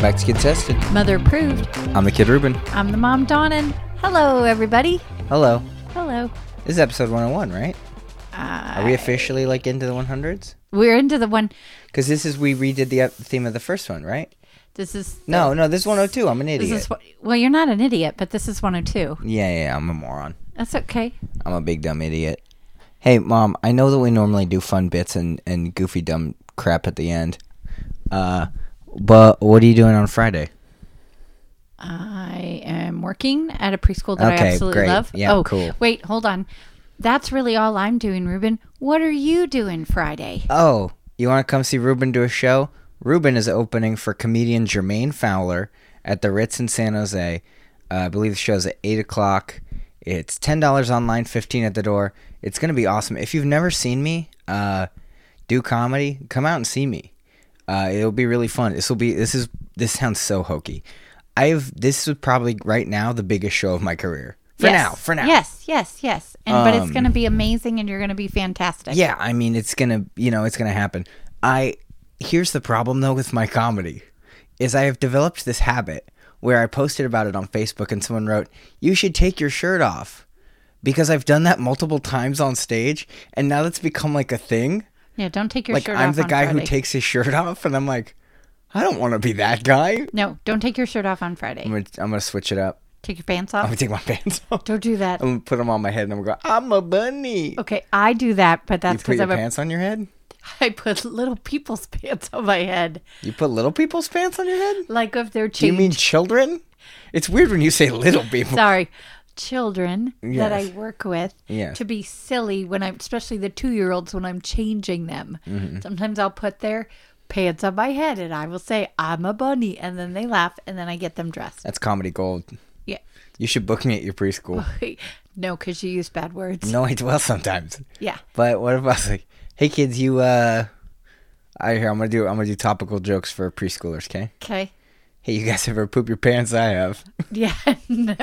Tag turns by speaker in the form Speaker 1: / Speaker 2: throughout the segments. Speaker 1: back to Kid Tested.
Speaker 2: Mother approved.
Speaker 1: I'm the Kid Ruben.
Speaker 2: I'm the mom, Donnan. Hello, everybody.
Speaker 1: Hello.
Speaker 2: Hello.
Speaker 1: This is episode 101, right?
Speaker 2: Uh,
Speaker 1: Are we officially like into the 100s?
Speaker 2: we're into the one.
Speaker 1: Because this is we redid the uh, theme of the first one, right?
Speaker 2: This is
Speaker 1: No, no, this is 102. I'm an
Speaker 2: This
Speaker 1: idiot.
Speaker 2: is what. Well, you're not an idiot, but this is 102.
Speaker 1: yeah, yeah, yeah, I'm a moron.
Speaker 2: That's okay.
Speaker 1: I'm a big dumb idiot. Hey, mom, I know that we normally do fun bits and and goofy dumb crap at the end. Uh, but what are you doing on Friday?
Speaker 2: I am working at a preschool that
Speaker 1: Okay,
Speaker 2: I absolutely
Speaker 1: great.
Speaker 2: love.
Speaker 1: Yeah,
Speaker 2: oh,
Speaker 1: cool.
Speaker 2: Wait, hold on. That's really all I'm doing, Ruben. What are you doing Friday?
Speaker 1: Oh, you want to come see Ruben do a show? Ruben is opening for comedian Jermaine Fowler at the Ritz in San Jose. Uh, I believe the show's at 8 o'clock. It's $10 online, 15 at the door. It's going to be awesome. If you've never seen me uh, do comedy, come out and see me. Uh, it'll be really fun. This will be, this is, this sounds so hokey. I've, this is probably right now the biggest show of my career. For
Speaker 2: Yes.
Speaker 1: now, for now.
Speaker 2: Yes, yes, yes. And but it's
Speaker 1: Um,
Speaker 2: going to be amazing, and you're going to be fantastic.
Speaker 1: Yeah, I mean it's gonna you know, it's gonna happen. I here's the problem though with my comedy is I have developed this habit where I posted about it on Facebook and someone wrote, You should take your shirt off because I've done that multiple times on stage and now that's become like a thing.
Speaker 2: Yeah, don't take your
Speaker 1: like
Speaker 2: shirt
Speaker 1: I'm
Speaker 2: off.
Speaker 1: the
Speaker 2: on
Speaker 1: guy
Speaker 2: Friday.
Speaker 1: who takes his shirt off and I'm like, I don't wanna be that guy.
Speaker 2: No, don't take your shirt off on Friday.
Speaker 1: I'm gonna, I'm gonna switch it up.
Speaker 2: Take your pants
Speaker 1: I'm
Speaker 2: off.
Speaker 1: gonna take my pants off.
Speaker 2: Don't do that.
Speaker 1: I'm gonna put them on my head and I'm gonna go, I'm a bunny.
Speaker 2: Okay, I do that, but
Speaker 1: You
Speaker 2: Oh, that's
Speaker 1: put
Speaker 2: because
Speaker 1: your
Speaker 2: I'm a,
Speaker 1: pants on your head?
Speaker 2: I put little people's pants on my head.
Speaker 1: You put little people's pants on your head?
Speaker 2: Like if they're
Speaker 1: Do you
Speaker 2: changing.
Speaker 1: mean children? It's weird when you say little people.
Speaker 2: Sorry, children that I
Speaker 1: Yes.
Speaker 2: work with
Speaker 1: Yes.
Speaker 2: to be silly when I'm, especially the two year olds, when I'm changing them.
Speaker 1: Mm-hmm.
Speaker 2: Sometimes I'll put their pants on my head and I will say, I'm a bunny. And then they laugh and then I get them dressed.
Speaker 1: That's comedy gold.
Speaker 2: Yeah.
Speaker 1: You should book me at your preschool.
Speaker 2: no, because you use bad words.
Speaker 1: no, I dwell sometimes.
Speaker 2: Yeah.
Speaker 1: But what if I was like, hey kids, you uh I here I'm gonna do I'm gonna do topical jokes for preschoolers, okay?
Speaker 2: Okay.
Speaker 1: Hey, you guys ever poop your pants? I have.
Speaker 2: Yeah, no,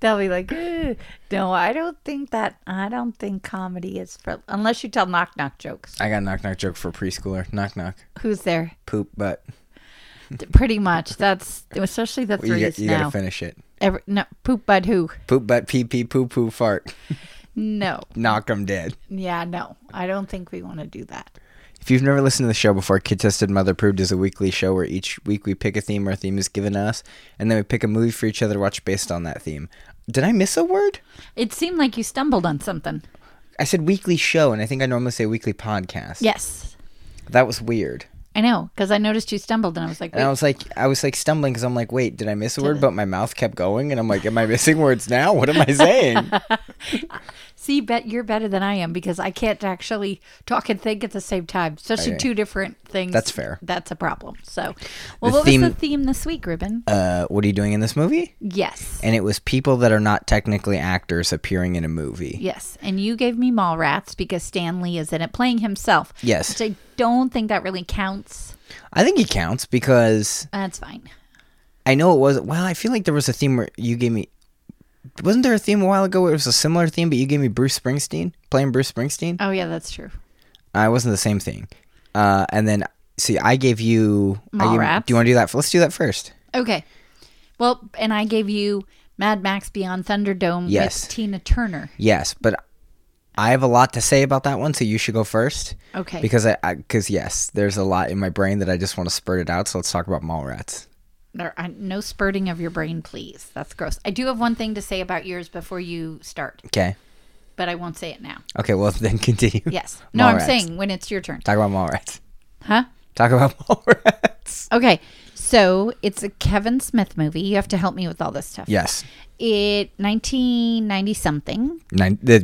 Speaker 2: they'll be like, "Ugh." no, I don't think that. I don't think comedy is for unless you tell knock knock jokes.
Speaker 1: I got a knock knock joke for a preschooler. Knock knock.
Speaker 2: Who's there?
Speaker 1: Poop butt.
Speaker 2: D- Pretty much. That's especially the
Speaker 1: You,
Speaker 2: threes
Speaker 1: got, you
Speaker 2: now.
Speaker 1: gotta finish it.
Speaker 2: Every, no poop, bud who?
Speaker 1: Poop butt pee pee poo poo fart.
Speaker 2: No,
Speaker 1: Knock 'em dead.
Speaker 2: yeah, no. I don't think we want to do that.
Speaker 1: If you've never listened to the show before, Kid Tested Mother Proved is a weekly show where each week we pick a theme our theme is given us, and then we pick a movie for each other to watch based on that theme. Did I miss a word?
Speaker 2: It seemed like you stumbled on something.
Speaker 1: I said weekly show, and I think I normally say weekly podcast.
Speaker 2: Yes,
Speaker 1: That was weird.
Speaker 2: I know because I noticed you stumbled and I was like,
Speaker 1: And I
Speaker 2: "Wait,
Speaker 1: was like, I was like stumbling because I'm like, wait, did I miss a word? But my mouth kept going, and I'm like, am I missing words now? What am I saying?
Speaker 2: see, bet you're better than I am because I can't actually talk and think at the same time, especially
Speaker 1: Okay.
Speaker 2: two different things.
Speaker 1: That's fair.
Speaker 2: That's a problem. So, well,
Speaker 1: The
Speaker 2: what
Speaker 1: theme-
Speaker 2: was the theme this week, Ruben?
Speaker 1: uh, what are you doing in this movie?
Speaker 2: Yes.
Speaker 1: And it was people that are not technically actors appearing in a movie.
Speaker 2: Yes. And you gave me Mallrats because Stan Lee is in it playing himself.
Speaker 1: Yes.
Speaker 2: Which I don't think that really counts.
Speaker 1: I think he counts because
Speaker 2: That's fine.
Speaker 1: I know it was. Well, I feel like there was a theme where you gave me. Wasn't there a theme a while ago where it was a similar theme, but you gave me Bruce Springsteen playing Bruce Springsteen?
Speaker 2: Oh, yeah, that's true.
Speaker 1: Uh, it wasn't the same thing. Uh, and then see, I gave you. I gave-
Speaker 2: Mallrats.
Speaker 1: do you want to do that? f- Let's do that first.
Speaker 2: Okay. Well, and I gave you Mad Max Beyond Thunderdome
Speaker 1: Yes.
Speaker 2: with Tina Turner.
Speaker 1: Yes, but I have a lot to say about that one, so you should go first.
Speaker 2: Okay.
Speaker 1: Because I, because yes, there's a lot in my brain that I just want to spurt it out. So let's talk about Mallrats.
Speaker 2: There- I- no spurting of your brain, please. That's gross. I do have one thing to say about yours before you start,
Speaker 1: Okay.
Speaker 2: but I won't say it now.
Speaker 1: Okay. Well, then continue.
Speaker 2: Yes. No, I'm
Speaker 1: Mallrats.
Speaker 2: saying when it's your turn.
Speaker 1: Talk about Mallrats.
Speaker 2: Huh?
Speaker 1: Talk about Mallrats.
Speaker 2: Okay. So it's a Kevin Smith movie. You have to help me with all this stuff.
Speaker 1: Yes.
Speaker 2: it 1990 something
Speaker 1: Nine, the,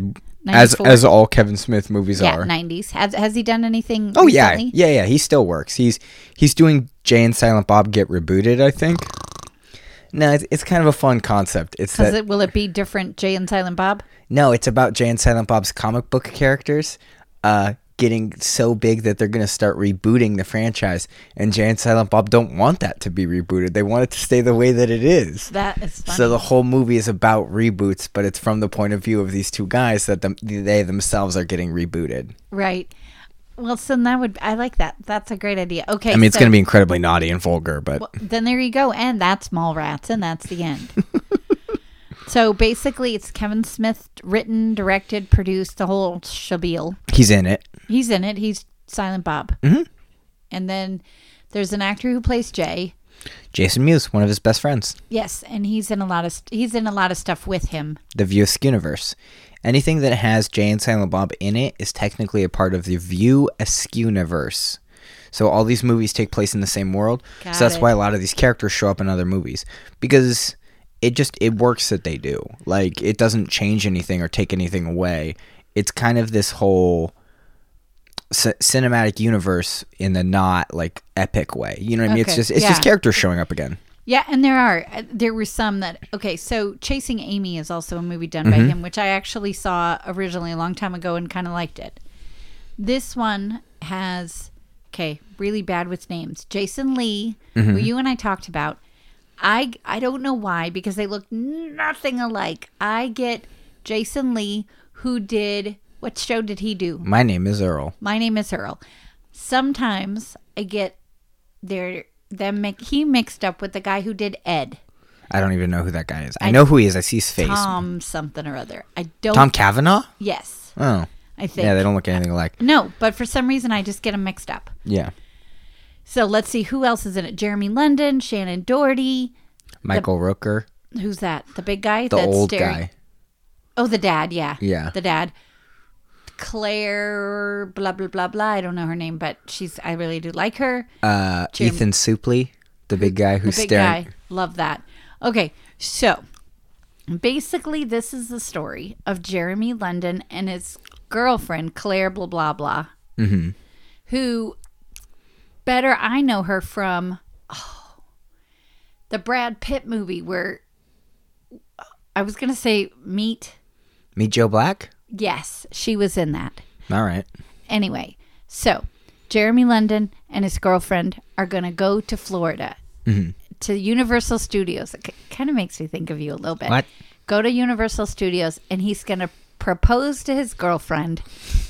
Speaker 1: as
Speaker 2: 94.
Speaker 1: as all Kevin Smith movies
Speaker 2: yeah
Speaker 1: are.
Speaker 2: 90s has, has he done anything
Speaker 1: oh yeah,
Speaker 2: recently?
Speaker 1: yeah, yeah. He still works. He's he's doing Jay and Silent Bob Get Rebooted, I think. No, it's, it's kind of a fun concept. It's
Speaker 2: Does
Speaker 1: that
Speaker 2: it will it be different jay and silent bob
Speaker 1: no, it's about Jay and Silent Bob's comic book characters uh, getting so big that they're gonna start rebooting the franchise, and Jay and Silent Bob don't want that to be rebooted. They want it to stay the way that it is.
Speaker 2: that is funny
Speaker 1: So the whole movie is about reboots, but it's from the point of view of these two guys that the, they themselves are getting rebooted.
Speaker 2: right Well, so that would I like that. That's a great idea. Okay,
Speaker 1: I mean, it's
Speaker 2: so-
Speaker 1: going to be incredibly naughty and vulgar, but
Speaker 2: Well, then there you go. And that's Mallrats, and that's the end. so basically, it's Kevin Smith written, directed, produced, the whole shabeel.
Speaker 1: he's in it.
Speaker 2: He's in it. He's Silent Bob. And then there's an actor who plays Jay.
Speaker 1: Jason Mewes, one of his best friends,
Speaker 2: Yes, and he's in a lot of st- he's in a lot of stuff with him.
Speaker 1: the Viewisk universe. Anything that has Jay and Silent Bob in it is technically a part of the View Askew universe. So all these movies take place in the same world.
Speaker 2: Got
Speaker 1: so that's
Speaker 2: it.
Speaker 1: why a lot of these characters show up in other movies because it just it works that they do. Like it doesn't change anything or take anything away. It's kind of this whole c- cinematic universe in the not like epic way. You know what I mean? It's
Speaker 2: Okay,
Speaker 1: just it's
Speaker 2: yeah.
Speaker 1: just characters showing up again.
Speaker 2: Yeah, and there are uh, there were some that okay. So Chasing Amy is also a movie done by him, which I actually saw originally a long time ago and kind of liked it. This one has okay, really bad with names. Jason Lee, who you and I talked about. I I don't know why because they look nothing alike. I get Jason Lee who did what show did he do?
Speaker 1: My name is Earl.
Speaker 2: My name is Earl. Sometimes I get their them mi- he mixed up with the guy who did Ed,
Speaker 1: I don't even know who that guy is. I, know who he is. I see his face.
Speaker 2: Tom something or other. I don't.
Speaker 1: Tom Cavanaugh?
Speaker 2: yes,
Speaker 1: Oh.
Speaker 2: I think.
Speaker 1: Yeah, they don't look anything alike.
Speaker 2: no, but for some reason I just get them mixed up.
Speaker 1: Yeah.
Speaker 2: So let's see who else is in it. Jeremy London, Shannon Doherty.
Speaker 1: Michael Rooker,
Speaker 2: Who's that? The big guy.
Speaker 1: the old guy.
Speaker 2: Oh, the dad. Yeah.
Speaker 1: Yeah.
Speaker 2: The dad. Claire, blah blah blah blah. I don't know her name, but she's. I really do like her.
Speaker 1: Uh,
Speaker 2: Jim-
Speaker 1: Ethan Supley, the big guy who's
Speaker 2: big
Speaker 1: staring.
Speaker 2: guy. Love that. Okay, so basically, this is the story of Jeremy London and his girlfriend Claire, blah blah blah, mm-hmm. who better I know her from oh, the Brad Pitt movie where I was gonna say Meet.
Speaker 1: Meet Joe Black?
Speaker 2: Yes, she was in that.
Speaker 1: All right.
Speaker 2: Anyway, so Jeremy London and his girlfriend are going to go to Florida
Speaker 1: Mm-hmm.
Speaker 2: to Universal Studios. It kind of makes me think of you a little bit.
Speaker 1: What?
Speaker 2: Go to Universal Studios and he's going to propose to his girlfriend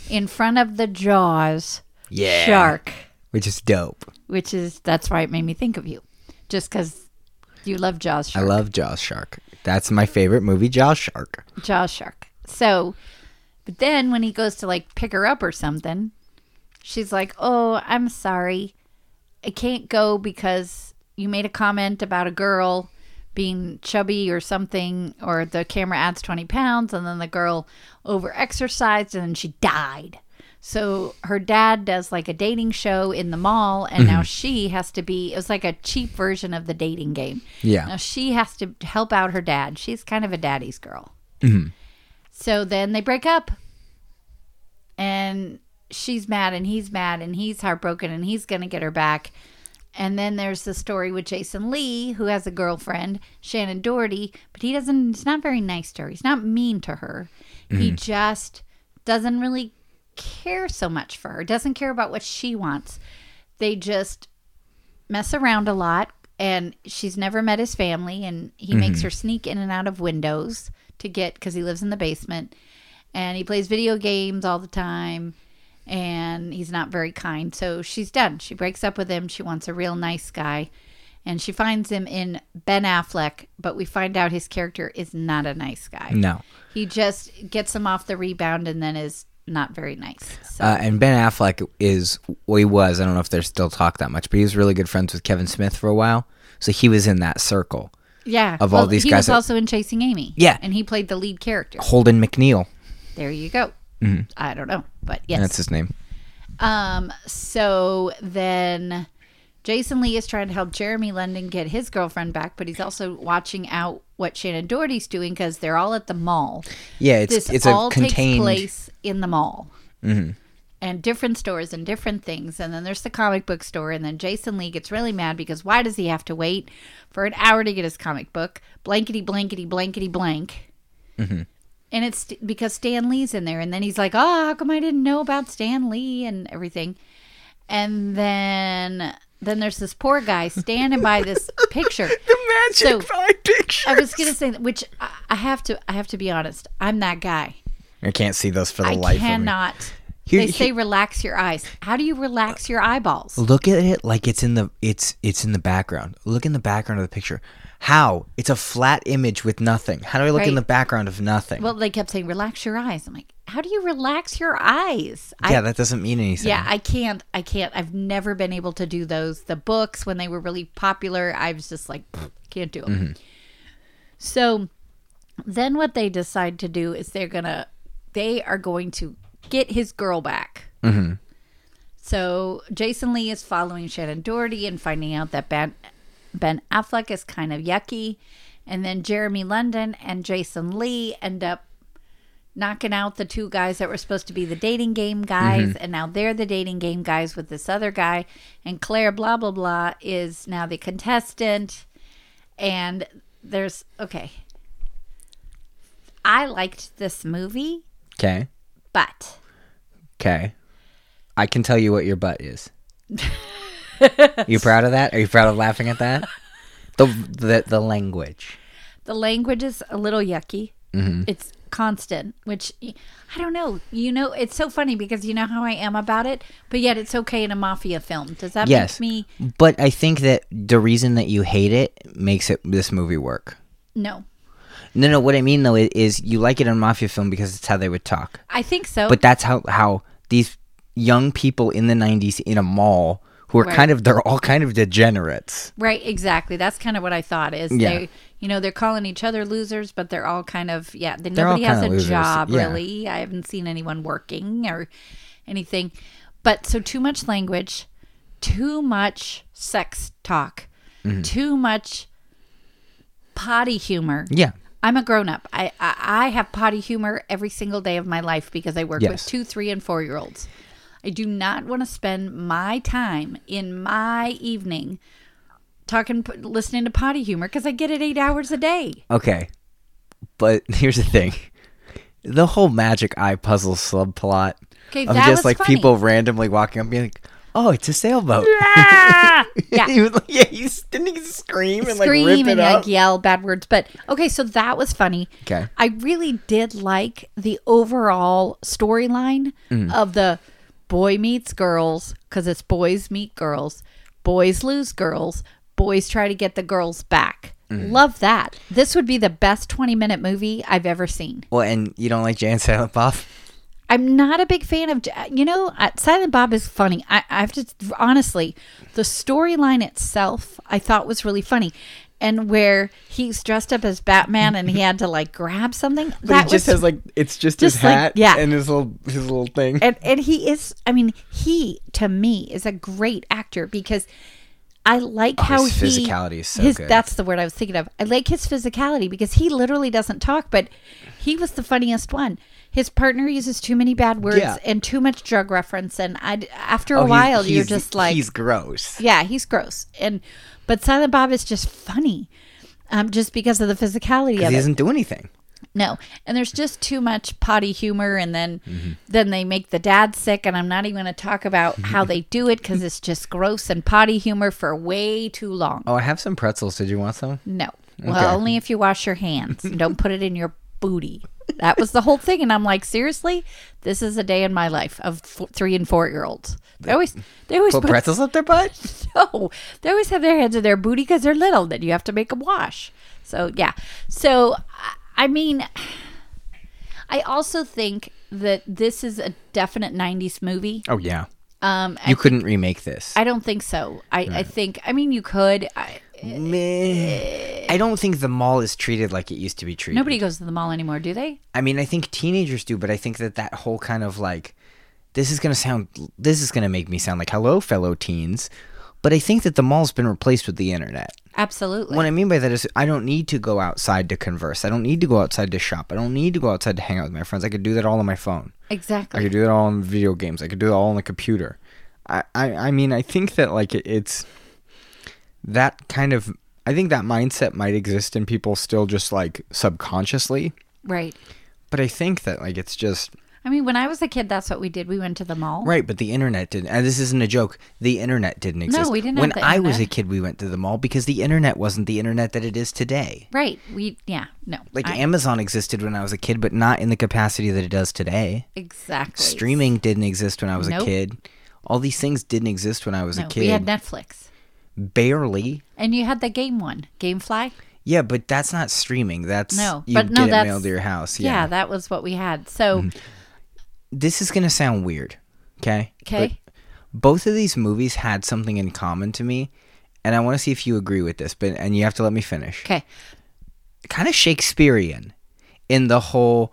Speaker 2: in front of the Jaws
Speaker 1: Yeah.
Speaker 2: shark,
Speaker 1: Which is dope.
Speaker 2: which is that's why it made me think of you, just because you love Jaws
Speaker 1: I
Speaker 2: shark.
Speaker 1: love Jaws Shark. That's my favorite movie, Jaws Shark.
Speaker 2: Jaws shark. So, but then when he goes to like pick her up or something, she's like, "Oh, I'm sorry, I can't go because you made a comment about a girl being chubby or something, or the camera adds 20 pounds, and then the girl over exercised and then she died." So her dad does like a dating show in the mall, and now she has to be. It was like a cheap version of the dating game.
Speaker 1: Yeah.
Speaker 2: Now she has to help out her dad. She's kind of a daddy's girl. So then they break up. And she's mad and he's mad and he's heartbroken and he's going to get her back. And then there's the story with Jason Lee, who has a girlfriend, Shannon Doherty, but he doesn't, he's not very nice to her. He's not mean to her. He just doesn't really care so much for her, doesn't care about what she wants. They just mess around a lot and she's never met his family and he
Speaker 1: Mm-hmm.
Speaker 2: makes her sneak in and out of windows to get because he lives in the basement and he plays video games all the time and he's not very kind so she's done she breaks up with him she wants a real nice guy and she finds him in ben affleck but we find out his character is not a nice guy
Speaker 1: No.
Speaker 2: he just gets him off the rebound and then is not very nice so
Speaker 1: Uh, and Ben Affleck is, well, he was, I don't know if they're still talk that much, but he was really good friends with Kevin Smith for a while. So he was in that circle.
Speaker 2: yeah
Speaker 1: of all these
Speaker 2: he
Speaker 1: guys
Speaker 2: was
Speaker 1: that-
Speaker 2: also in chasing amy
Speaker 1: Yeah.
Speaker 2: and he played the lead character
Speaker 1: Holden McNeil.
Speaker 2: There you go. I don't know, but
Speaker 1: That's
Speaker 2: yes.
Speaker 1: his name.
Speaker 2: Um, so then Jason Lee is trying to help Jeremy London get his girlfriend back, but he's also watching out what Shannon Doherty's doing because they're all at the mall.
Speaker 1: Yeah, it's
Speaker 2: this
Speaker 1: it's
Speaker 2: all
Speaker 1: a contained Mm-hmm.
Speaker 2: takes place in the mall. And different stores and different things. And then there's the comic book store. And then Jason Lee gets really mad because why does he have to wait for an hour to get his comic book? Blankety, blankety, blankety, blank.
Speaker 1: Mm-hmm.
Speaker 2: And it's st- because Stan Lee's in there. And then he's like, oh, how come I didn't know about Stan Lee and everything? And then then there's this poor guy standing by this picture. So-
Speaker 1: picture.
Speaker 2: I was gonna say, that- which I I have to, I have to be honest. I'm that guy.
Speaker 1: I can't see those for the
Speaker 2: I
Speaker 1: life of me.
Speaker 2: cannot
Speaker 1: Here-
Speaker 2: they
Speaker 1: here-
Speaker 2: say relax your eyes. How do you relax your eyeballs?
Speaker 1: Look at it like it's in the it's it's in the background. Look in the background of the picture. How? It's a flat image with nothing. How do I look in
Speaker 2: Right.
Speaker 1: the background of nothing?
Speaker 2: Well, they kept saying relax your eyes. I'm like, how do you relax your eyes? I
Speaker 1: yeah, that doesn't mean anything.
Speaker 2: Yeah, I can't. I can't. I've never been able to do those. The books when they were really popular, I was just like, "Pfft, can't do them. So then what they decide to do is they're gonna they are going to get his girl back. So Jason Lee is following Shannon Doherty and finding out that Ben Ben Affleck is kind of yucky, and then Jeremy London and Jason Lee end up knocking out the two guys that were supposed to be the dating game guys,
Speaker 1: Mm-hmm.
Speaker 2: and now they're the dating game guys with this other guy, and Claire blah blah blah is now the contestant, and there's okay. I liked this movie,
Speaker 1: Okay.
Speaker 2: but
Speaker 1: Okay. I can tell you what your butt is. you proud of that? Are you proud of laughing at that? The the, the language.
Speaker 2: the language is a little yucky.
Speaker 1: Mm-hmm.
Speaker 2: It's constant, which y- I don't know. You know, it's so funny because you know how I am about it, but yet it's okay in a mafia film. Does that
Speaker 1: Yes.
Speaker 2: make me
Speaker 1: But I think that the reason that you hate it makes it this movie work.
Speaker 2: no?
Speaker 1: No, no. What I mean though i- is you like it in a mafia film because it's how they would talk.
Speaker 2: I think so.
Speaker 1: But that's how how these young people in the '90s in a mall who are
Speaker 2: Right.
Speaker 1: kind of they're all kind of degenerates.
Speaker 2: Right, exactly. That's kind of what I thought. Is
Speaker 1: Yeah.
Speaker 2: they, you know, they're calling each other losers, but they're all kind of yeah. They,
Speaker 1: all
Speaker 2: nobody has
Speaker 1: kinda
Speaker 2: a
Speaker 1: losers,
Speaker 2: job
Speaker 1: yeah.
Speaker 2: really. I haven't seen anyone working or anything. But so too much language, too much sex talk,
Speaker 1: Mm-hmm.
Speaker 2: too much potty humor.
Speaker 1: Yeah.
Speaker 2: I'm a grown up. I, I I have potty humor every single day of my life because I work
Speaker 1: Yes.
Speaker 2: with two, three, and four year olds. I do not want to spend my time in my evening talking, p- listening to potty humor because I get it eight hours a day.
Speaker 1: Okay. But here's the thing. The whole magic eye puzzle subplot
Speaker 2: Okay,
Speaker 1: of
Speaker 2: that
Speaker 1: just
Speaker 2: was
Speaker 1: like
Speaker 2: funny.
Speaker 1: people randomly walking up being like, Oh, it's a sailboat.
Speaker 2: Yeah.
Speaker 1: he was like, yeah, he s- didn't he scream and
Speaker 2: Scream
Speaker 1: like rip it
Speaker 2: and
Speaker 1: up.
Speaker 2: like yell bad words. But okay, so that was funny.
Speaker 1: Okay.
Speaker 2: I really did like the overall storyline
Speaker 1: Mm.
Speaker 2: of the boy meets girls because it's boys meet girls, boys lose girls, boys try to get the girls back.
Speaker 1: Mm.
Speaker 2: Love that. This would be the best 20 minute movie I've ever seen.
Speaker 1: Well, and you don't like Jay and Silent Bob?
Speaker 2: I'm not a big fan of, you know, uh, Silent Bob is funny. I, I have to, honestly, the storyline itself I thought was really funny. And where he's dressed up as Batman and he had to like grab something.
Speaker 1: But he just has like it's just, his
Speaker 2: just like-
Speaker 1: hat
Speaker 2: yeah.
Speaker 1: and his little his little thing.
Speaker 2: and and he is i mean he to me is a great actor because i like how
Speaker 1: Oh, his
Speaker 2: he
Speaker 1: physicality is so
Speaker 2: his,
Speaker 1: good.
Speaker 2: that's the word i was thinking of i like his physicality because he literally doesn't talk but he was the funniest one his partner uses too many bad words
Speaker 1: Yeah.
Speaker 2: and too much drug reference and i after
Speaker 1: Oh,
Speaker 2: a
Speaker 1: he's-
Speaker 2: while you're
Speaker 1: he's-
Speaker 2: just like
Speaker 1: he's gross.
Speaker 2: yeah, he's gross. And but Silent Bob is just funny. Um, just because of the physicality of
Speaker 1: He
Speaker 2: it.
Speaker 1: doesn't do anything.
Speaker 2: No. And there's just too much potty humor and then
Speaker 1: Mm-hmm.
Speaker 2: then they make the dad sick and I'm not even going to talk about how they do it cuz it's just gross and potty humor for way too long.
Speaker 1: Oh, I have some pretzels. Did you want some?
Speaker 2: No. Well, only if you wash your hands and don't put it in your booty. That was the whole thing and I'm like, seriously? This is a day in my life of f- 3 and 4 year olds. They always they always
Speaker 1: Put
Speaker 2: put
Speaker 1: pretzels up their butt?
Speaker 2: no, they always have their hands in their booty because they're little. Then you have to make them wash. So yeah. So I- I mean, I also think that this is a definite '90s movie.
Speaker 1: Oh yeah.
Speaker 2: Um,
Speaker 1: You
Speaker 2: I,
Speaker 1: couldn't remake this.
Speaker 2: I don't think so. I, I think. I mean, you could. I,
Speaker 1: Meh. I don't think the mall is treated like it used to be treated.
Speaker 2: nobody goes to the mall anymore, do they?
Speaker 1: I mean, I think teenagers do, but I think that that whole kind of like, this is gonna sound, this is gonna make me sound like, hello, fellow teens. But I think that the mall's been replaced with the internet.
Speaker 2: Absolutely.
Speaker 1: What I mean by that is, I don't need to go outside to converse. I don't need to go outside to shop. I don't need to go outside to hang out with my friends. I could do that all on my phone. I
Speaker 2: exactly.
Speaker 1: could do that all on video games. I could do that all on the computer. I, I, I mean, I think that like it, it's that kind of. I think that mindset might exist in people still, just like subconsciously.
Speaker 2: right.
Speaker 1: But I think that like it's just
Speaker 2: I mean, when I was a kid, that's what we did. We went to the mall.
Speaker 1: Right, but the internet didn't. And this isn't a joke. The internet didn't exist.
Speaker 2: we didn't have
Speaker 1: When
Speaker 2: the
Speaker 1: I was a
Speaker 2: internet.
Speaker 1: kid, we went to the mall because the internet wasn't the internet that it is today.
Speaker 2: Right. We yeah. No.
Speaker 1: Like
Speaker 2: I-
Speaker 1: Amazon existed when I was a kid, but not in the capacity that it does today.
Speaker 2: exactly
Speaker 1: Streaming didn't exist when I was a
Speaker 2: Nope.
Speaker 1: kid. All these things didn't exist when I was
Speaker 2: No,
Speaker 1: a
Speaker 2: we had
Speaker 1: kid.
Speaker 2: Netflix,
Speaker 1: Barely.
Speaker 2: and you had the game one, GameFly.
Speaker 1: Yeah, but that's not streaming. That's
Speaker 2: No,
Speaker 1: you
Speaker 2: but no,
Speaker 1: get it
Speaker 2: that's-
Speaker 1: mailed to your house.
Speaker 2: Yeah.
Speaker 1: Yeah. Mm-hmm.
Speaker 2: that was what we had. So
Speaker 1: This is gonna sound weird. Okay.
Speaker 2: okay,
Speaker 1: both of these movies had something in common to me and i want to see if you agree with this but and you have to let me finish
Speaker 2: okay,
Speaker 1: kind of shakespearean in the whole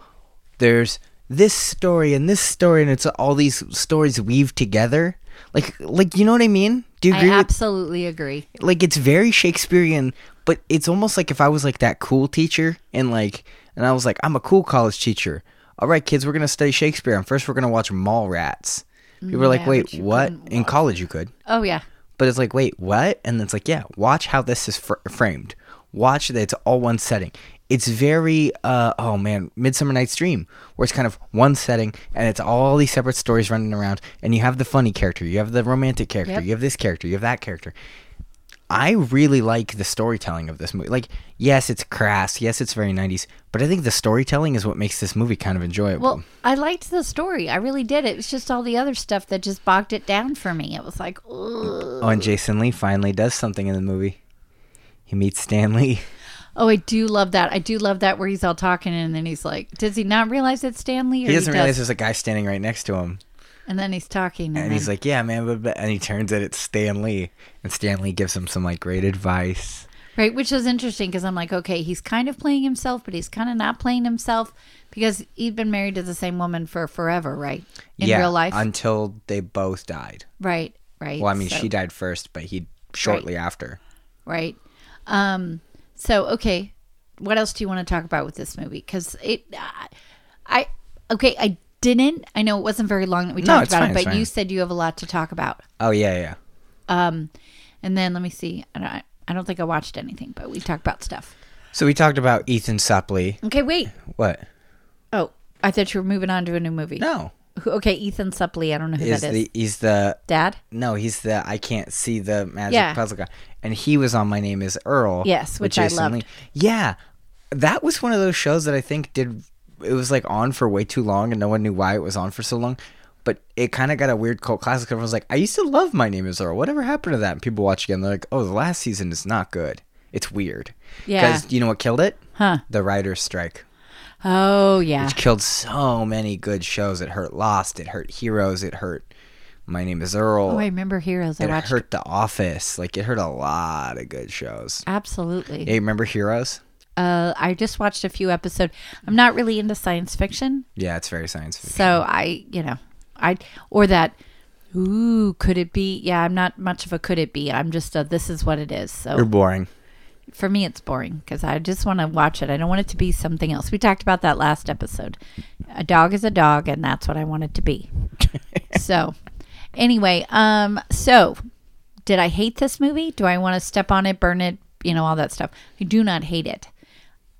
Speaker 1: there's this story and this story and it's all these stories weaved together like like you know what i mean do you
Speaker 2: I
Speaker 1: agree with
Speaker 2: absolutely agree.
Speaker 1: like it's very Shakespearean, but it's almost like if I was like that cool teacher and like and I was like, I'm a cool college teacher. All right, kids, we're gonna study Shakespeare and first we're gonna watch Mallrats. People are like,
Speaker 2: Yeah,
Speaker 1: wait,
Speaker 2: but you
Speaker 1: what?
Speaker 2: couldn't
Speaker 1: In college you could.
Speaker 2: Oh yeah,
Speaker 1: But it's like, wait, what? And it's like, yeah, watch how this is fr- framed. Watch that it's all one setting. It's very, uh, oh man, Midsummer Night's Dream, where it's kind of one setting and it's all these separate stories running around. And you have the funny character, you have the romantic character,
Speaker 2: Yep.
Speaker 1: you have this character, you have that character. I really like the storytelling of this movie. Like, yes, it's crass. Yes, it's very 90s. But I think the storytelling is what makes this movie kind of enjoyable.
Speaker 2: Well, I liked the story. I really did. It was just all the other stuff that just bogged it down for me. It was like, ugh.
Speaker 1: oh, and Jason Lee finally does something in the movie. He meets Stanley.
Speaker 2: oh, I do love that. I do love that where he's all talking and then he's like, does he not realize it's Stanley? Or
Speaker 1: He doesn't
Speaker 2: does?
Speaker 1: realize there's a guy standing right next to him.
Speaker 2: And then he's talking and,
Speaker 1: And
Speaker 2: then,
Speaker 1: he's like, yeah, man. But, but, and he turns it, it's Stan Lee. And Stan Lee gives him some like great advice.
Speaker 2: right, which was interesting because I'm like, okay, he's kind of playing himself, but he's kind of not playing himself because he'd been married to the same woman for forever, right? In
Speaker 1: yeah,
Speaker 2: real life,
Speaker 1: Until they both died.
Speaker 2: right? Right.
Speaker 1: Well, I mean,
Speaker 2: So-
Speaker 1: she died first, but he shortly after.
Speaker 2: right? Um, so okay, what else do you want to talk about with this movie? Because it, I, I, okay, I didn't. I know it wasn't very long that we
Speaker 1: No,
Speaker 2: talked
Speaker 1: it's
Speaker 2: about
Speaker 1: fine,
Speaker 2: it,
Speaker 1: it's
Speaker 2: but you
Speaker 1: fine.
Speaker 2: said you have a lot to talk about.
Speaker 1: Oh, yeah, yeah.
Speaker 2: Um, and then let me see. I don't, I don't think I watched anything, but we talked about stuff.
Speaker 1: So we talked about Ethan Supley.
Speaker 2: Okay, wait.
Speaker 1: What?
Speaker 2: Oh, I thought you were moving on to a new movie.
Speaker 1: No.
Speaker 2: Who- Okay, Ethan Suplee. I don't know who
Speaker 1: Is
Speaker 2: that is.
Speaker 1: the, he's the,
Speaker 2: Dad.
Speaker 1: no, he's the, I can't see the magic
Speaker 2: Yeah.
Speaker 1: puzzle guy. And he was on My Name is Earl.
Speaker 2: Yes,
Speaker 1: with
Speaker 2: which I loved.
Speaker 1: Yeah. That was one of those shows that I think did, it was like on for way too long and no one knew why it was on for so long. But it kind of got a weird cult classic. Everyone's like, I used to love My Name is Earl. Whatever happened to that? And people watch again. They're like, oh, the last season is not good. It's weird.
Speaker 2: Yeah.
Speaker 1: you know what killed it?
Speaker 2: Huh.
Speaker 1: The writer's strike.
Speaker 2: Oh yeah.
Speaker 1: It killed so many good shows. It hurt Lost. It hurt Heroes. It hurt My Name is Earl.
Speaker 2: Oh, I remember Heroes. I
Speaker 1: it
Speaker 2: watched.
Speaker 1: hurt The Office. Like, it hurt a lot of good shows.
Speaker 2: Absolutely.
Speaker 1: Hey, remember Heroes?
Speaker 2: Uh, I just watched a few episodes. I'm not really into science fiction,
Speaker 1: Yeah, it's very science fiction.
Speaker 2: so I, you know, I or that. Ooh, could it be? Yeah, I'm not much of a could it be. I'm just a this is what it is.
Speaker 1: You're
Speaker 2: So
Speaker 1: boring.
Speaker 2: for me, it's boring because I just want to watch it. I don't want it to be something else. We talked about that last episode. A dog is a dog, and that's what I want it to be. so anyway, um, so did I hate this movie? Do I want to step on it, burn it, you know, all that stuff? I do not hate it.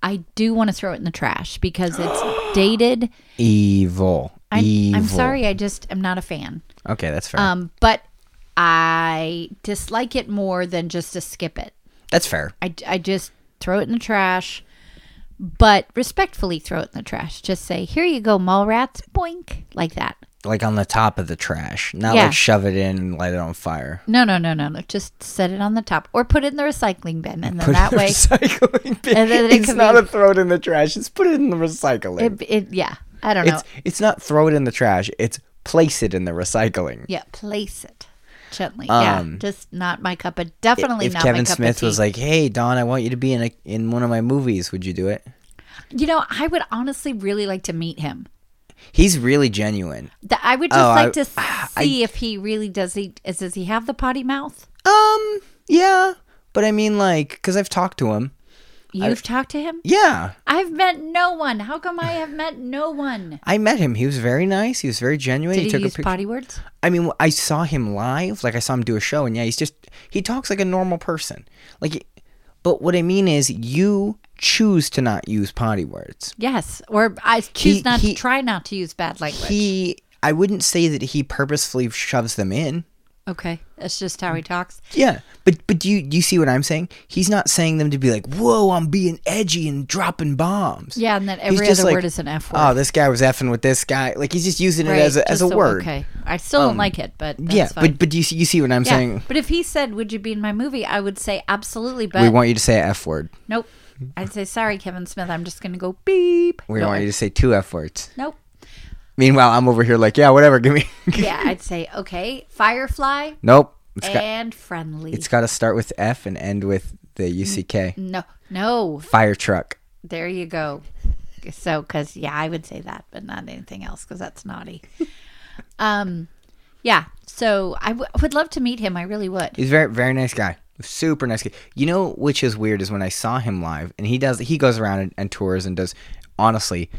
Speaker 2: I do want to throw it in the trash because it's dated.
Speaker 1: Evil.
Speaker 2: I'm,
Speaker 1: Evil.
Speaker 2: I'm sorry, I just am not a fan.
Speaker 1: Okay, that's fair.
Speaker 2: Um, but I dislike it more than just to skip it.
Speaker 1: that's fair.
Speaker 2: I, I just throw it in the trash, but respectfully throw it in the trash. Just say, here you go, mall rats, boink, like that.
Speaker 1: Like on the top of the trash, not
Speaker 2: Yeah.
Speaker 1: like shove it in and light it on fire.
Speaker 2: No, no, no, no, no. Just set it on the top or put it in the recycling bin. And then
Speaker 1: Put it
Speaker 2: that
Speaker 1: in the
Speaker 2: way,
Speaker 1: recycling bin.
Speaker 2: And then it
Speaker 1: it's
Speaker 2: could
Speaker 1: not
Speaker 2: be-
Speaker 1: a throw it in the trash. It's put it in the recycling.
Speaker 2: it, it, yeah, I don't know.
Speaker 1: it's it's not throw it in the trash. It's place it in the recycling.
Speaker 2: Yeah, place it gently. yeah,
Speaker 1: Um,
Speaker 2: just not my cup of definitely
Speaker 1: if
Speaker 2: not my
Speaker 1: Kevin
Speaker 2: cup of
Speaker 1: Smith
Speaker 2: tea.
Speaker 1: was like, "Hey, Don, I want you to be in a, in one of my movies. Would you do it?"
Speaker 2: you know, I would honestly really like to meet him.
Speaker 1: He's really genuine.
Speaker 2: Th- I would just
Speaker 1: Oh, I-
Speaker 2: like to s- see if he really does. He is, does he have the potty mouth?
Speaker 1: Um, yeah, but I mean, like, because I've talked to him.
Speaker 2: You've talked to him.
Speaker 1: Yeah,
Speaker 2: I've met no one. How come I have met no one?
Speaker 1: I met him. He was very nice. He was very genuine.
Speaker 2: Did he,
Speaker 1: took a
Speaker 2: use
Speaker 1: picture.
Speaker 2: potty words?
Speaker 1: I mean, I saw him live. Like I saw him do a show, and yeah, he's just he talks like a normal person. Like, but what I mean is, you choose to not use potty words.
Speaker 2: Yes, or I choose
Speaker 1: He-
Speaker 2: not
Speaker 1: he-
Speaker 2: to try not to use bad language.
Speaker 1: He, I wouldn't say that he purposefully shoves them in.
Speaker 2: okay, that's just how he
Speaker 1: Mm.
Speaker 2: talks.
Speaker 1: Yeah, but but do you do you see what I'm saying? He's not saying them to be like, "Whoa, I'm being edgy and dropping bombs."
Speaker 2: Yeah, and that
Speaker 1: He's
Speaker 2: every
Speaker 1: just
Speaker 2: other
Speaker 1: like,
Speaker 2: word is an F word.
Speaker 1: Oh, this guy was effing with this guy. Like he's just using
Speaker 2: Right,
Speaker 1: it as a, as a
Speaker 2: just so-
Speaker 1: word. Um,
Speaker 2: Okay, I still don't like it, but that's
Speaker 1: yeah,
Speaker 2: fine.
Speaker 1: but but do you see, you see what I'm
Speaker 2: yeah,
Speaker 1: saying?
Speaker 2: but if he said, "Would you be in my movie?" I would say absolutely, but
Speaker 1: we want you to say a f word.
Speaker 2: nope. I'd say sorry, Kevin Smith. I'm just gonna go beep.
Speaker 1: We
Speaker 2: No,
Speaker 1: want
Speaker 2: I-
Speaker 1: you to say two f words.
Speaker 2: Nope.
Speaker 1: Meanwhile, I'm over here like, yeah, whatever. Give me.
Speaker 2: Yeah, I'd say okay. Firefly
Speaker 1: Nope. It's got
Speaker 2: and friendly.
Speaker 1: it's got to start with f and end with the u c k.
Speaker 2: no, no.
Speaker 1: Fire truck.
Speaker 2: There you go. So, because yeah, I would say that, but not anything else, because that's naughty. um, yeah. So I w- would love to meet him. I really would.
Speaker 1: He's a very very nice guy. Super nice guy. You know which is weird is when I saw him live and he does he goes around and, and tours and does honestly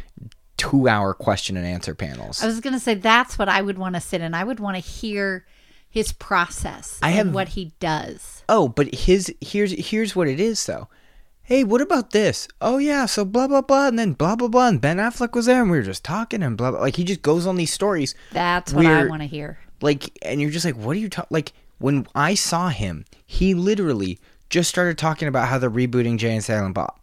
Speaker 1: two hour question and answer panels.
Speaker 2: I was gonna say that's what I would want to sit in. I would want to hear his process
Speaker 1: I
Speaker 2: and
Speaker 1: have-
Speaker 2: what he does.
Speaker 1: Oh, but his here's here's what it is though. Hey, what about this? Oh yeah, so blah blah blah, and then blah blah blah, and Ben Affleck was there, and we were just talking and blah blah. Like he just goes on these stories,
Speaker 2: That's what I
Speaker 1: We're-
Speaker 2: want to hear.
Speaker 1: like, and you're just like, what are you talking? Like when I saw him, he literally just started talking about how they're rebooting Jay and Silent Bob,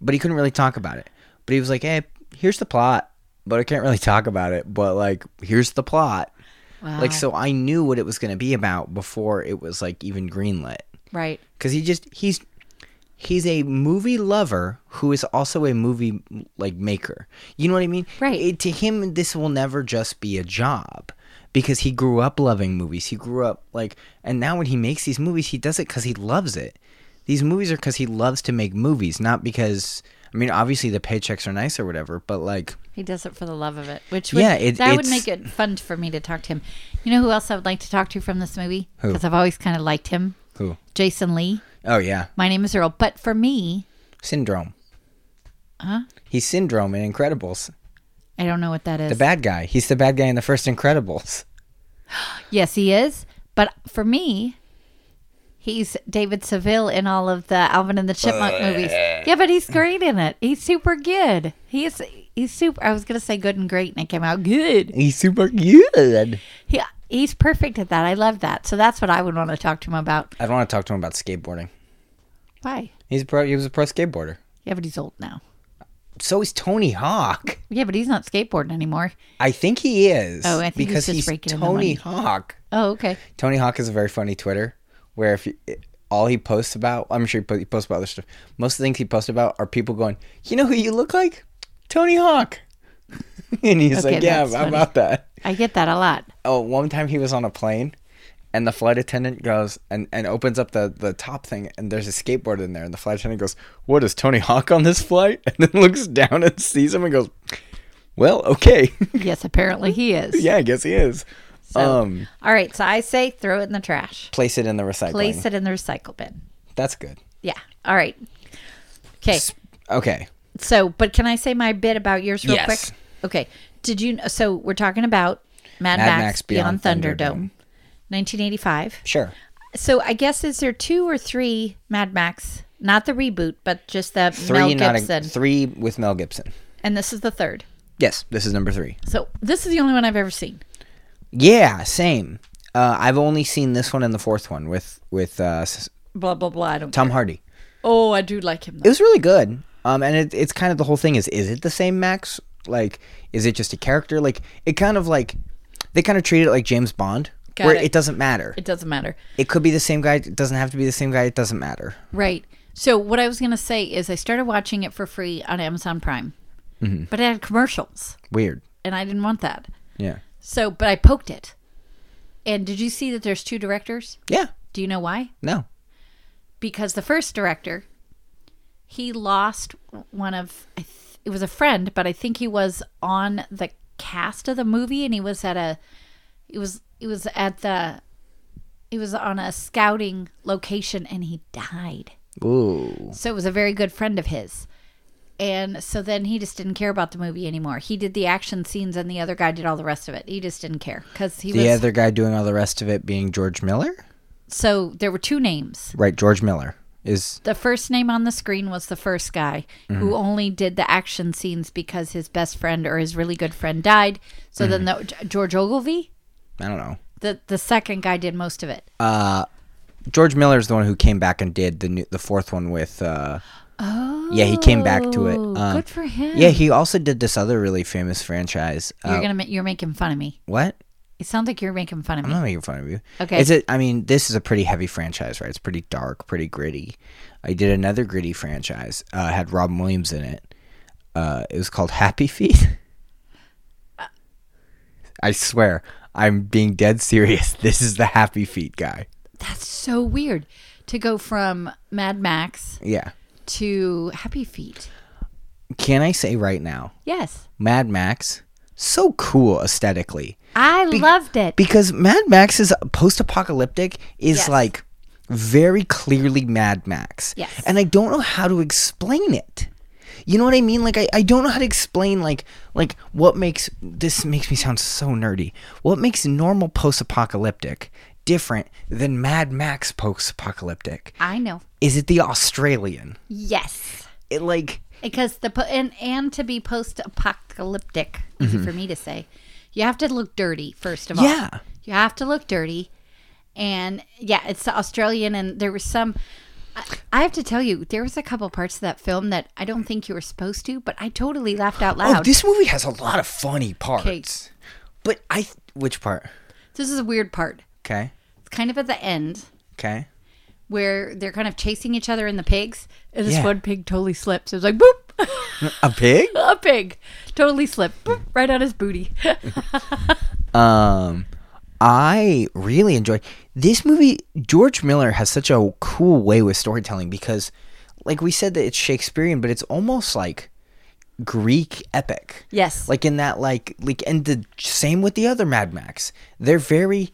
Speaker 1: but he couldn't really talk about it. But he was like, hey, here's the plot, but I can't really talk about it. But like, here's the plot.
Speaker 2: Wow.
Speaker 1: Like so, I knew what it was going to be about before it was like even greenlit
Speaker 2: right.
Speaker 1: because he just he's he's a movie lover who is also a movie like maker you know what i mean
Speaker 2: Right.
Speaker 1: It- to him this will never just be a job because he grew up loving movies he grew up like and now when he makes these movies he does it because he loves it these movies are because he loves to make movies not because i mean obviously the paychecks are nice or whatever but like
Speaker 2: He does it for the love of it, which would,
Speaker 1: Yeah, it-
Speaker 2: that would
Speaker 1: it's-
Speaker 2: make it fun for me to talk to him. You know who else I would like to talk to from this movie?
Speaker 1: Who?
Speaker 2: Because I've always kind of liked him,
Speaker 1: who
Speaker 2: Jason Lee.
Speaker 1: oh yeah
Speaker 2: My name is Earl, but for me,
Speaker 1: syndrome
Speaker 2: Huh?
Speaker 1: he's syndrome in incredibles
Speaker 2: I don't know what that is.
Speaker 1: the bad guy he's the bad guy in the first incredibles
Speaker 2: yes, he is. But for me, he's David Seville in all of the Alvin and the Chipmunk
Speaker 1: Oh,
Speaker 2: movies. Yeah, but he's great in it. He's super good. He is. He's super. I was gonna say good and great, and it came out good.
Speaker 1: he's super good
Speaker 2: He, he's perfect at that. I love that. So that's what I would want to talk to him about.
Speaker 1: I don't want to talk to him about skateboarding.
Speaker 2: Why?
Speaker 1: He's a pro. He was a pro skateboarder.
Speaker 2: Yeah, but he's old now.
Speaker 1: So is Tony Hawk.
Speaker 2: Yeah, but he's not skateboarding anymore.
Speaker 1: I think he is.
Speaker 2: Oh, I think he's
Speaker 1: because
Speaker 2: just
Speaker 1: he's
Speaker 2: raking in the
Speaker 1: Tony
Speaker 2: money.
Speaker 1: Hawk.
Speaker 2: Oh, okay.
Speaker 1: Tony Hawk is a very funny Twitter where if you, all he posts about, I'm sure he po- he posts about other stuff. Most of the things he posts about are people going, "You know who you look like? Tony Hawk." and he's
Speaker 2: Okay,
Speaker 1: like, "Yeah,
Speaker 2: that's
Speaker 1: how
Speaker 2: funny.
Speaker 1: about that?"
Speaker 2: I get that a lot.
Speaker 1: Oh, one time he was on a plane and the flight attendant goes and, and opens up the, the top thing and there's a skateboard in there and the flight attendant goes, What is Tony Hawk on this flight? And then looks down and sees him and goes, Well, okay.
Speaker 2: Yes, apparently he is.
Speaker 1: yeah, I guess he is.
Speaker 2: So-
Speaker 1: Um
Speaker 2: All right. So I say throw it in the trash.
Speaker 1: place it in the recycling.
Speaker 2: Place it in the recycle bin.
Speaker 1: That's good.
Speaker 2: Yeah. All right. Okay.
Speaker 1: Okay.
Speaker 2: So, but can I say my bit about yours real
Speaker 1: Yes.
Speaker 2: quick? Okay. Did you? So we're talking about Mad,
Speaker 1: Mad
Speaker 2: Max,
Speaker 1: Max
Speaker 2: Beyond,
Speaker 1: Beyond
Speaker 2: Thunderdome, 1985.
Speaker 1: Sure.
Speaker 2: So I guess is there two or three Mad Max? Not the reboot, but just the Mel
Speaker 1: Three not
Speaker 2: Gibson.
Speaker 1: a, three with Mel Gibson.
Speaker 2: and this is the third.
Speaker 1: Yes, this is number three.
Speaker 2: So this is the only one I've ever seen.
Speaker 1: Yeah, same. Uh, I've only seen this one and the fourth one with with uh, s-
Speaker 2: Blah blah blah. I don't.
Speaker 1: Tom Hardy.
Speaker 2: Oh, I do like him.
Speaker 1: it
Speaker 2: Though.
Speaker 1: was really good. Um, and it, it's kind of the whole thing is is it the same Max? Like, is it just a character? Like, it kind of like they kind of treat it like James Bond,
Speaker 2: Got
Speaker 1: where it.
Speaker 2: it.
Speaker 1: doesn't matter.
Speaker 2: It doesn't matter.
Speaker 1: It could be the same guy. It doesn't have to be the same guy. It doesn't matter.
Speaker 2: Right. So what I was gonna say is I started watching it for free on Amazon Prime, but it had commercials,
Speaker 1: Weird.
Speaker 2: and I didn't want that.
Speaker 1: Yeah.
Speaker 2: So, but I poked it. And did you see that there's two directors?
Speaker 1: Yeah.
Speaker 2: Do you know why?
Speaker 1: No.
Speaker 2: Because the first director, he lost one of I th- it was a friend, but I think he was on the cast of the movie, and he was at a it was it was at the he was on a scouting location, and he died.
Speaker 1: Ooh.
Speaker 2: So it was a very good friend of his. And so then he just didn't care about the movie anymore. He did the action scenes and the other guy did all the rest of it. He just didn't care because he
Speaker 1: The
Speaker 2: was.
Speaker 1: other guy doing all the rest of it being George Miller,
Speaker 2: so there were two names.
Speaker 1: right? George Miller. is
Speaker 2: The first name on the screen was the first guy who
Speaker 1: Mm-hmm.
Speaker 2: only did the action scenes because his best friend or his really good friend died. So then
Speaker 1: Mm-hmm.
Speaker 2: the, George Ogilvy,
Speaker 1: I don't know.
Speaker 2: the the second guy did most of it.
Speaker 1: Uh, George Miller is the one who came back and did the new, the fourth one with. Uh, oh. Yeah, he came back to it.
Speaker 2: Oh,
Speaker 1: Um,
Speaker 2: good for him.
Speaker 1: yeah, he also did this other really famous franchise. Uh,
Speaker 2: You're gonna ma- you're making fun of me.
Speaker 1: what?
Speaker 2: It sounds like you're making fun of
Speaker 1: I'm
Speaker 2: me.
Speaker 1: not making fun of you.
Speaker 2: Okay.
Speaker 1: It's a, I mean, this is a pretty heavy franchise, right? It's pretty dark, pretty gritty. I did another gritty franchise. Uh, had Robin Williams in it. Uh, it was called Happy Feet. I swear, I'm being dead serious. This is the Happy Feet guy.
Speaker 2: That's so weird to go from Mad Max
Speaker 1: Yeah.
Speaker 2: to Happy Feet.
Speaker 1: Can I say right now,
Speaker 2: Yes,
Speaker 1: Mad Max, so cool aesthetically.
Speaker 2: I loved it.
Speaker 1: because Mad Max is post-apocalyptic is
Speaker 2: Yes.
Speaker 1: like very clearly Mad Max.
Speaker 2: Yes.
Speaker 1: And I don't know how to explain it. You know what I mean? Like I, I don't know how to explain like like what makes this makes me sound so nerdy. What makes normal post-apocalyptic different than Mad Max post-apocalyptic?
Speaker 2: I know.
Speaker 1: Is it the Australian?
Speaker 2: Yes,
Speaker 1: It like
Speaker 2: because the po- and and to be post-apocalyptic easy for me to say, you have to look dirty first of all.
Speaker 1: Yeah.
Speaker 2: you have to look dirty, and yeah, it's the Australian, and there was some. I- I have to tell you, there was a couple parts of that film that I don't think you were supposed to, but I totally laughed out
Speaker 1: Oh,
Speaker 2: loud.
Speaker 1: this movie has a lot of funny parts. But I th- which part?
Speaker 2: this is a weird part.
Speaker 1: Okay.
Speaker 2: It's kind of at the end.
Speaker 1: Okay.
Speaker 2: where they're kind of chasing each other in the pigs. And this
Speaker 1: Yeah.
Speaker 2: one pig totally slips. It was like boop,
Speaker 1: A pig?
Speaker 2: a pig totally slipped boop, right on his booty.
Speaker 1: Um, I really enjoyed this movie. George Miller has such a cool way with storytelling because, like we said, that it's Shakespearean, but it's almost like Greek epic.
Speaker 2: yes,
Speaker 1: Like in that, like like, and the same with the other Mad Max. They're very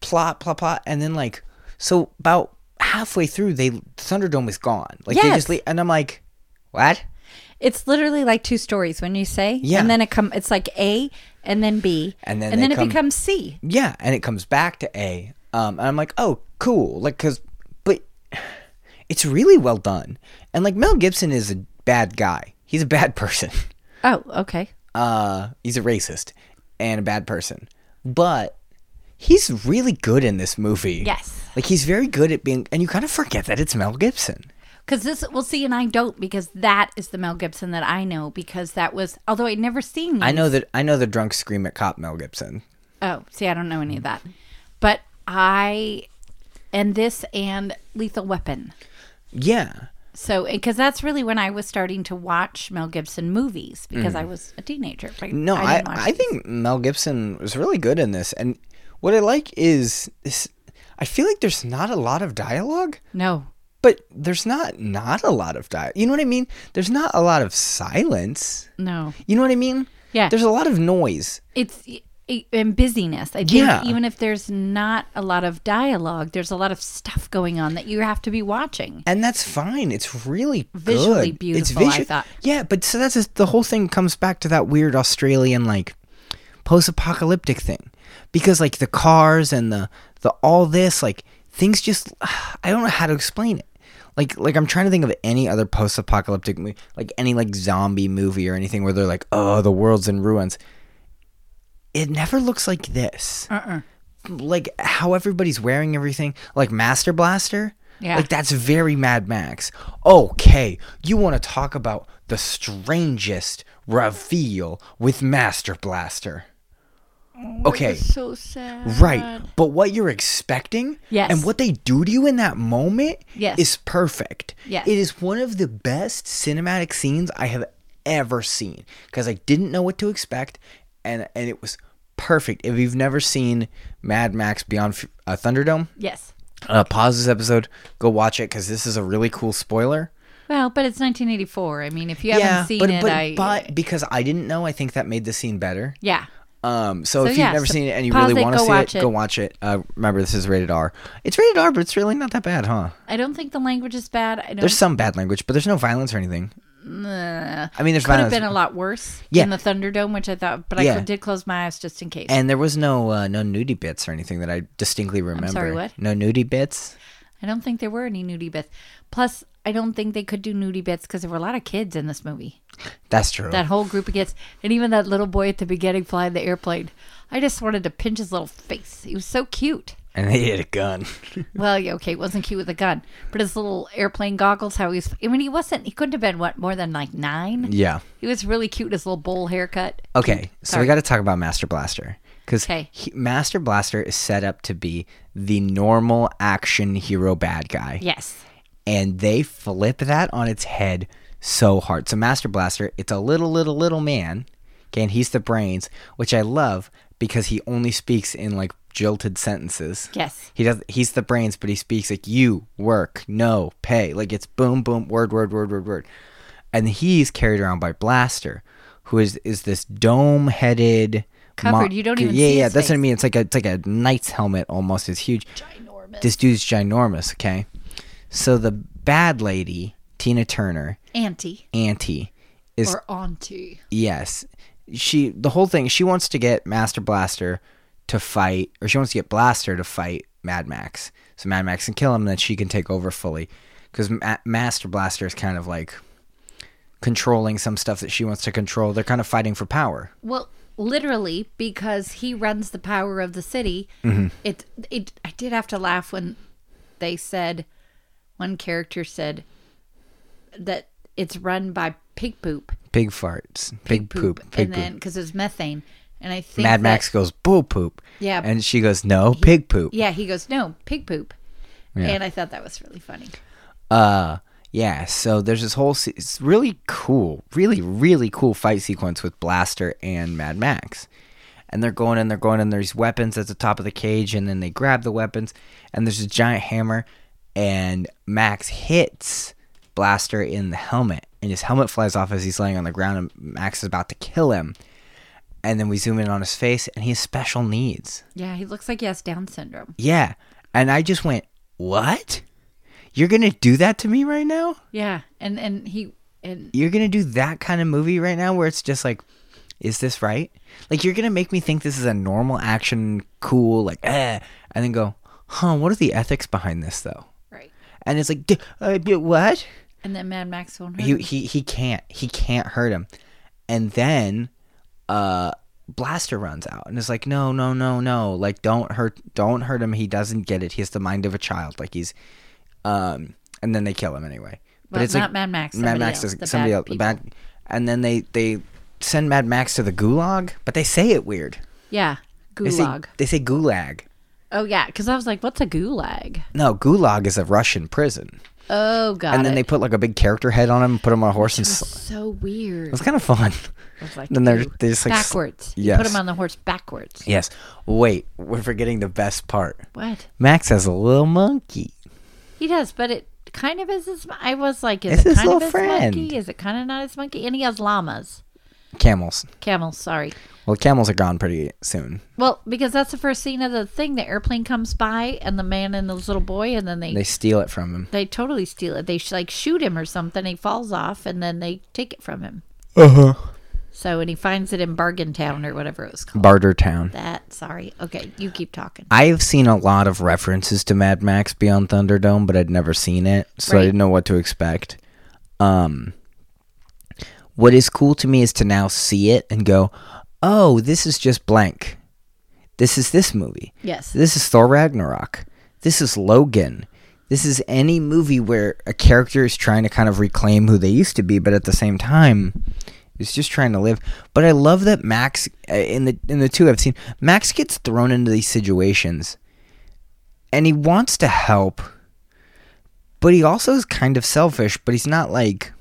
Speaker 1: plot, plot, plot, and then like so about halfway through, they Thunderdome is gone. Like they
Speaker 2: Yes.
Speaker 1: just leave, and I'm like, what?
Speaker 2: it's literally like two stories when you say.
Speaker 1: Yeah.
Speaker 2: and then it come. It's like A and then B,
Speaker 1: And then
Speaker 2: and
Speaker 1: they
Speaker 2: then it
Speaker 1: come-
Speaker 2: becomes C.
Speaker 1: Yeah, and it comes back to A. Um, and I'm like, oh, cool. Like, cause, but it's really well done. And like, Mel Gibson is a bad guy. He's a bad person.
Speaker 2: Oh, okay.
Speaker 1: Uh, he's a racist and a bad person. But he's really good in this movie.
Speaker 2: Yes.
Speaker 1: Like, he's very good at being, and you kind of forget that it's Mel Gibson.
Speaker 2: Because this, we'll see, and I don't because that is the Mel Gibson that I know because that was. Although I'd never seen.
Speaker 1: I
Speaker 2: these.
Speaker 1: know that, I know the drunk scream at cop Mel Gibson.
Speaker 2: Oh, see, I don't know any of that, but I, and this and Lethal Weapon.
Speaker 1: Yeah.
Speaker 2: So, because that's really when I was starting to watch Mel Gibson movies because I was a teenager. Right?
Speaker 1: Mm. No, I, I,
Speaker 2: didn't watch these.
Speaker 1: think Mel Gibson was really good in this. And what I like is this, I feel like there's not a lot of dialogue,
Speaker 2: no.
Speaker 1: but there's not not a lot of dialogue. You know what I mean? There's not a lot of silence.
Speaker 2: No,
Speaker 1: You know what I mean?
Speaker 2: Yeah.
Speaker 1: There's a lot of noise.
Speaker 2: it's i- in busyness. I think
Speaker 1: Yeah.
Speaker 2: even if there's not a lot of dialogue, there's a lot of stuff going on that you have to be watching.
Speaker 1: And that's fine. It's really
Speaker 2: Visually
Speaker 1: good. It's
Speaker 2: beautiful, I thought.
Speaker 1: Yeah, but so that's just, the whole thing comes back to that weird Australian like post-apocalyptic thing, because like the cars and the the all this like things just I don't know how to explain it. Like like I'm trying to think of any other post-apocalyptic movie, like any like zombie movie or anything where they're like, oh, the world's in ruins. It never looks like this
Speaker 2: Uh-uh.
Speaker 1: like how everybody's wearing everything, like Master Blaster.
Speaker 2: Yeah.
Speaker 1: Like that's very Mad Max. Okay, you want to talk about the strangest reveal with Master Blaster. Okay.
Speaker 2: So sad.
Speaker 1: Right. But what you're expecting
Speaker 2: Oh Yes.
Speaker 1: and what they do to you in that moment
Speaker 2: Yes.
Speaker 1: is perfect.
Speaker 2: Yes.
Speaker 1: It is one of the best cinematic scenes I have ever seen because I didn't know what to expect and and it was perfect. If you've never seen Mad Max Beyond F- uh, Thunderdome,
Speaker 2: Yes.
Speaker 1: uh, pause this episode, go watch it cuz this is a really cool spoiler.
Speaker 2: Well, but it's 1984. I mean, if you haven't seen
Speaker 1: but
Speaker 2: it,
Speaker 1: but,
Speaker 2: I
Speaker 1: but because I didn't know, I think that made the scene better.
Speaker 2: yeah.
Speaker 1: Um, so, if you've
Speaker 2: yeah,
Speaker 1: never
Speaker 2: so
Speaker 1: seen it and you
Speaker 2: pause
Speaker 1: really
Speaker 2: it,
Speaker 1: want to
Speaker 2: go
Speaker 1: see
Speaker 2: watch
Speaker 1: it,
Speaker 2: it.
Speaker 1: go watch it. Uh, remember, this is rated R. It's rated R, but it's really not that bad, huh?
Speaker 2: I don't think the language is bad. I don't.
Speaker 1: There's some bad language, but there's no violence or anything.
Speaker 2: Nah.
Speaker 1: I mean, there's
Speaker 2: could have
Speaker 1: violence,
Speaker 2: been a lot worse
Speaker 1: Yeah.
Speaker 2: in the Thunderdome, which I thought, but I
Speaker 1: Yeah.
Speaker 2: cl- did close my eyes just in case.
Speaker 1: and there was no uh, no nudie bits or anything that I distinctly remember.
Speaker 2: sorry, what?
Speaker 1: No nudie bits.
Speaker 2: I don't think there were any nudie bits. Plus, I don't think they could do nudie bits because there were a lot of kids in this movie.
Speaker 1: That's true.
Speaker 2: That whole group of kids, and even that little boy at the beginning flying the airplane. I just wanted to pinch his little face. He was so cute.
Speaker 1: and they had a gun.
Speaker 2: Well, yeah, okay, it wasn't cute with a gun, but his little airplane goggles, how he was. I mean, he wasn't. He couldn't have been what more than like nine.
Speaker 1: yeah.
Speaker 2: He was really cute. His little bowl haircut.
Speaker 1: Okay, so
Speaker 2: Sorry.
Speaker 1: we got to talk about Master Blaster because
Speaker 2: Okay.
Speaker 1: Master Blaster is set up to be the normal action hero bad guy,
Speaker 2: Yes.
Speaker 1: and they flip that on its head so hard. So Master Blaster, it's a little, little, little man, okay, and he's the brains, which I love because he only speaks in like jilted sentences.
Speaker 2: Yes.
Speaker 1: He does. He's the brains, but he speaks like you work, no pay. Like it's boom, boom, word, word, word, word, word. And he's carried around by Blaster, who is is this dome-headed mo-
Speaker 2: Covered, you don't even
Speaker 1: yeah,
Speaker 2: see
Speaker 1: yeah.
Speaker 2: his
Speaker 1: that's what I
Speaker 2: face.
Speaker 1: mean. It's like a it's like a knight's helmet almost. It's huge.
Speaker 2: Ginormous.
Speaker 1: This dude's ginormous. Okay, so the bad lady Tina Turner,
Speaker 2: Auntie
Speaker 1: Auntie, is
Speaker 2: or auntie.
Speaker 1: Yes. She the whole thing, she wants to get Master Blaster to fight or she wants to get Blaster to fight Mad Max. So Mad Max can kill him and then she can take over fully cuz Ma- Master Blaster is kind of like controlling some stuff that she wants to control. They're kind of fighting for power.
Speaker 2: Well, literally, because he runs the power of the city.
Speaker 1: Mm-hmm.
Speaker 2: It, it. I did have to laugh when they said, one character said that it's run by pig poop,
Speaker 1: Big farts, big, poop,
Speaker 2: and
Speaker 1: pig
Speaker 2: then
Speaker 1: poop.
Speaker 2: because it's methane, and I think
Speaker 1: Mad
Speaker 2: that-
Speaker 1: Max goes bull poop.
Speaker 2: Yeah.
Speaker 1: And she goes no, pig poop.
Speaker 2: Yeah, he goes no pig poop, and I thought that was really funny.
Speaker 1: Uh yeah, so there's this whole se- it's really cool, really really cool fight sequence with Blaster and Mad Max. And they're going and they're going and there's weapons at the top of the cage and then they grab the weapons and there's a giant hammer and Max hits Blaster in the helmet and his helmet flies off as he's laying on the ground and Max is about to kill him. And then we zoom in on his face and he has special needs.
Speaker 2: Yeah, he looks like he has Down syndrome.
Speaker 1: Yeah. And I just went, "What? You're going to do that to me right now?"
Speaker 2: Yeah, and and he and
Speaker 1: you're gonna do that kind of movie right now where it's just like is this right like you're gonna make me think this is a normal action cool like eh, and then go huh what are the ethics behind this though
Speaker 2: right,
Speaker 1: and it's like "D- uh, d- what
Speaker 2: and then Mad Max won't hurt.
Speaker 1: he,
Speaker 2: him.
Speaker 1: he he can't he can't hurt him and then uh blaster runs out and is like no no no no like don't hurt don't hurt him he doesn't get it he has the mind of a child like he's um and then they kill him anyway but
Speaker 2: Well,
Speaker 1: it's
Speaker 2: not
Speaker 1: like
Speaker 2: Mad Max.
Speaker 1: Mad
Speaker 2: somebody
Speaker 1: Max
Speaker 2: else,
Speaker 1: does
Speaker 2: the
Speaker 1: somebody
Speaker 2: bad
Speaker 1: else the
Speaker 2: people.
Speaker 1: bad and then they they send Mad Max to the gulag but they say it weird
Speaker 2: Yeah,
Speaker 1: they say,
Speaker 2: gulag.
Speaker 1: they say gulag
Speaker 2: Oh yeah, because I was like, "What's a gulag?"
Speaker 1: no gulag is a Russian prison
Speaker 2: Oh god,
Speaker 1: and then they put like a big character head on him put him on a horse and sl-
Speaker 2: so weird.
Speaker 1: it's kind of fun
Speaker 2: I was like,
Speaker 1: then they're
Speaker 2: "Ew."
Speaker 1: they just like sl-
Speaker 2: backwards. You
Speaker 1: yes
Speaker 2: put him on the horse backwards.
Speaker 1: Yes. Wait, we're forgetting the best part.
Speaker 2: What
Speaker 1: Max has a little monkey.
Speaker 2: he does, but it kind of is. His, I was like, "Is
Speaker 1: It's
Speaker 2: it
Speaker 1: his
Speaker 2: kind of
Speaker 1: little
Speaker 2: his
Speaker 1: friend.
Speaker 2: monkey? Is it kind of not his monkey?" And he has llamas,
Speaker 1: Camels.
Speaker 2: camels. Sorry.
Speaker 1: Well, camels are gone pretty soon.
Speaker 2: Well, because that's the first scene of the thing. The airplane comes by, and the man and this little boy, and then they
Speaker 1: They
Speaker 2: they,
Speaker 1: steal it from him.
Speaker 2: totally steal it. They sh- like shoot him or something. He falls off, and then they take it from him.
Speaker 1: Uh huh.
Speaker 2: So and he finds it in Bargain Town or whatever it was called.
Speaker 1: Barter Town.
Speaker 2: That sorry. Okay, you keep talking.
Speaker 1: I've seen a lot of references to Mad Max Beyond Thunderdome, but I'd never seen it, so I
Speaker 2: Right.
Speaker 1: didn't know what to expect. Um, what is cool to me is to now see it and go, "Oh, this is just blank. This is this movie.
Speaker 2: Yes.
Speaker 1: This is Thor Ragnarok. This is Logan. This is any movie where a character is trying to kind of reclaim who they used to be, but at the same time, is just trying to live. But I love that Max uh, in the in the two I've seen, Max gets thrown into these situations, and he wants to help, but he also is kind of selfish. But he's not like,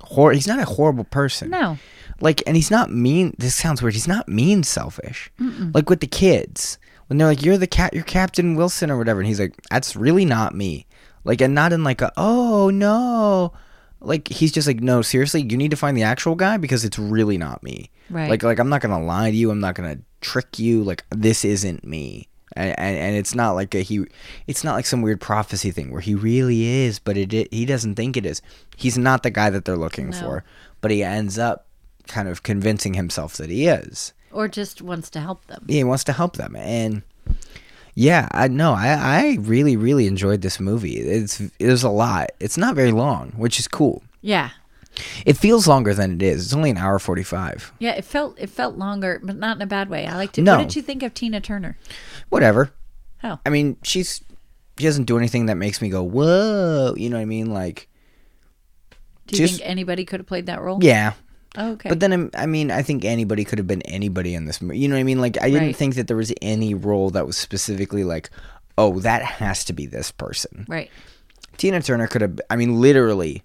Speaker 1: hor- he's not a horrible person
Speaker 2: No.
Speaker 1: like and he's not mean this sounds weird he's not mean selfish like with the kids when they're like you're the cat you're captain wilson or whatever and he's like that's really not me like and not in like a oh no like he's just like no seriously you need to find the actual guy because it's really not me
Speaker 2: Right.
Speaker 1: like like i'm not gonna lie to you i'm not gonna trick you like this isn't me and, and, and it's not like a he it's not like some weird prophecy thing where he really is but it, it he doesn't think it is he's not the guy that they're looking
Speaker 2: No.
Speaker 1: for but he ends up kind of convincing himself that he is.
Speaker 2: Or just wants to help them.
Speaker 1: He wants to help them. And Yeah, I no, I I really really enjoyed this movie. It's there's a lot. It's not very long, which is cool.
Speaker 2: Yeah.
Speaker 1: It feels longer than it is. It's only an hour forty five.
Speaker 2: Yeah, it felt it felt longer, but not in a bad way. I liked it.
Speaker 1: No.
Speaker 2: What did you think of Tina Turner?
Speaker 1: Whatever.
Speaker 2: Oh.
Speaker 1: I mean, she's she doesn't do anything that makes me go whoa. You know what I mean? Like
Speaker 2: Do you
Speaker 1: She's-
Speaker 2: think anybody could have played that role?
Speaker 1: yeah.
Speaker 2: Oh, okay.
Speaker 1: But then I'm- I mean, I think anybody could have been anybody in this movie. You know what I mean? Like I didn't
Speaker 2: Right.
Speaker 1: think that there was any role that was specifically like, oh, that has to be this person.
Speaker 2: right.
Speaker 1: Tina Turner could have. I mean, literally,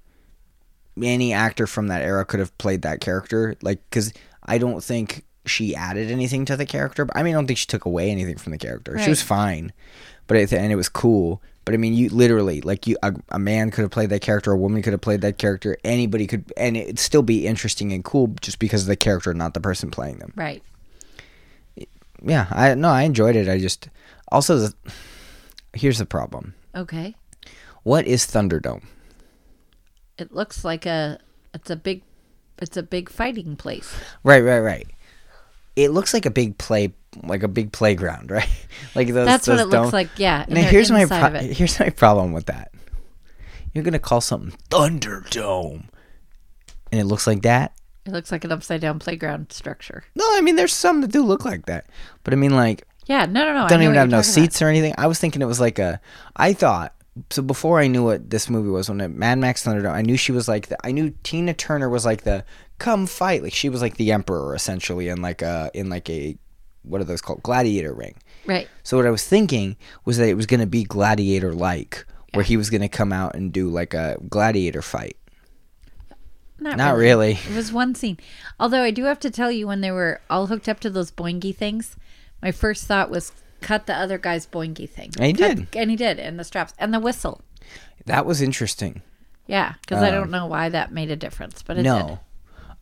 Speaker 1: any actor from that era could have played that character. Like, because I don't think she added anything to the character. But I mean, I don't think she took away anything from the character. She was
Speaker 2: Right.
Speaker 1: fine, but it, and it was cool. But I mean, you literally like you a, a man could have played that character, a woman could have played that character, anybody could, and it'd still be interesting and cool just because of the character, not the person playing them.
Speaker 2: Right.
Speaker 1: Yeah, I no, I enjoyed it. I just also the, here's the problem:
Speaker 2: Okay.
Speaker 1: what is Thunderdome?
Speaker 2: It looks like a it's a big it's a big fighting place.
Speaker 1: Right, right, right. It looks like a big play, like a big playground, right? like those.
Speaker 2: That's what
Speaker 1: those
Speaker 2: it looks
Speaker 1: dome-
Speaker 2: like. Yeah. and
Speaker 1: Now
Speaker 2: they're
Speaker 1: here's my
Speaker 2: inside
Speaker 1: pro-
Speaker 2: of it.
Speaker 1: here's my problem with that. You're gonna call something Thunderdome, and it looks like that.
Speaker 2: It looks like an upside down playground structure.
Speaker 1: No, I mean there's some that do look like that, but I mean like
Speaker 2: Yeah. No. No. No. I
Speaker 1: don't
Speaker 2: know
Speaker 1: even have
Speaker 2: what you're
Speaker 1: no
Speaker 2: talking about.
Speaker 1: seats or anything. I was thinking it was like a. I thought so before I knew what this movie was when it, Mad Max Thunderdome. I knew she was like the. I knew Tina Turner was like the come fight. Like she was like the emperor essentially in like a in like a what are those called gladiator ring.
Speaker 2: Right.
Speaker 1: So what I was thinking was that it was going to be gladiator like where he was going to come out and do like a gladiator fight. Not really.
Speaker 2: It was one scene. Although I do have to tell you, when they were all hooked up to those boingy things, my first thought was cut the other guy's boingy thing.
Speaker 1: And he
Speaker 2: Cut-
Speaker 1: did.
Speaker 2: and he did, and the straps and the whistle.
Speaker 1: That was interesting.
Speaker 2: Yeah, because I don't know why that made a difference, but it did.
Speaker 1: Oh. No,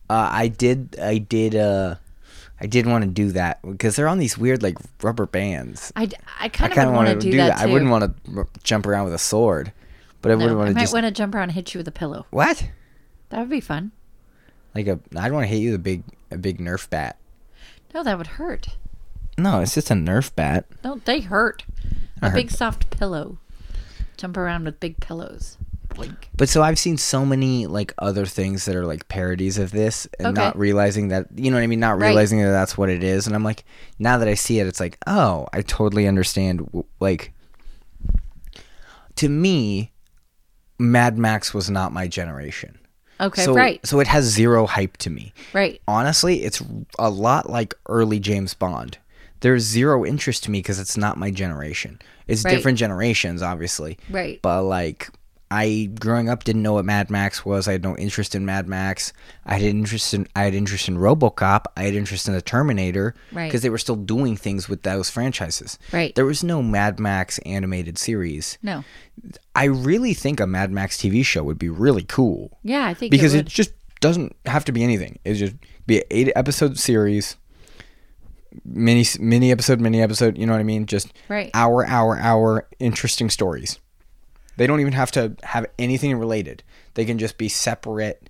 Speaker 1: uh, I did. I did. Uh, I did want to do that because they're on these weird like rubber bands.
Speaker 2: I, d- I
Speaker 1: I
Speaker 2: kind of
Speaker 1: kind of
Speaker 2: want to do, that.
Speaker 1: I
Speaker 2: too.
Speaker 1: wouldn't want to r- jump around with a sword, but I would
Speaker 2: No, I
Speaker 1: want to
Speaker 2: might
Speaker 1: just
Speaker 2: want to jump around and hit you with a pillow.
Speaker 1: what?
Speaker 2: That would be fun.
Speaker 1: Like a, I'd want to hit you with a big, a big Nerf bat.
Speaker 2: No, that would hurt.
Speaker 1: No, it's just a Nerf bat.
Speaker 2: No, they hurt. A
Speaker 1: heard
Speaker 2: big soft pillow. Jump around with big pillows. Blink.
Speaker 1: But so I've seen so many like other things that are like parodies of this, and
Speaker 2: Okay.
Speaker 1: not realizing that you know what I mean, not
Speaker 2: Right.
Speaker 1: realizing that that's what it is. And I'm like, now that I see it, it's like, oh, I totally understand. w- Like, to me, Mad Max was not my generation.
Speaker 2: Okay,
Speaker 1: so
Speaker 2: right,
Speaker 1: so it has zero hype to me.
Speaker 2: right.
Speaker 1: honestly, it's a lot like early James Bond. There's zero interest to me because it's not my generation. It's
Speaker 2: Right.
Speaker 1: different generations, obviously.
Speaker 2: Right.
Speaker 1: But like, I growing up didn't know what Mad Max was. I had no interest in Mad Max. I had interest in I had interest in RoboCop. I had interest in the Terminator.
Speaker 2: Right.
Speaker 1: Because they were still doing things with those franchises.
Speaker 2: Right.
Speaker 1: There was no Mad Max animated series.
Speaker 2: No.
Speaker 1: I really think a Mad Max TV show would be really cool
Speaker 2: Yeah, I think
Speaker 1: because
Speaker 2: it
Speaker 1: it,
Speaker 2: would.
Speaker 1: just doesn't have to be anything. It just be an eight episode series, mini mini episode, mini episode. You know what I mean? Just
Speaker 2: Right.
Speaker 1: hour, hour, hour, interesting stories. They don't even have to have anything related. They can just be separate,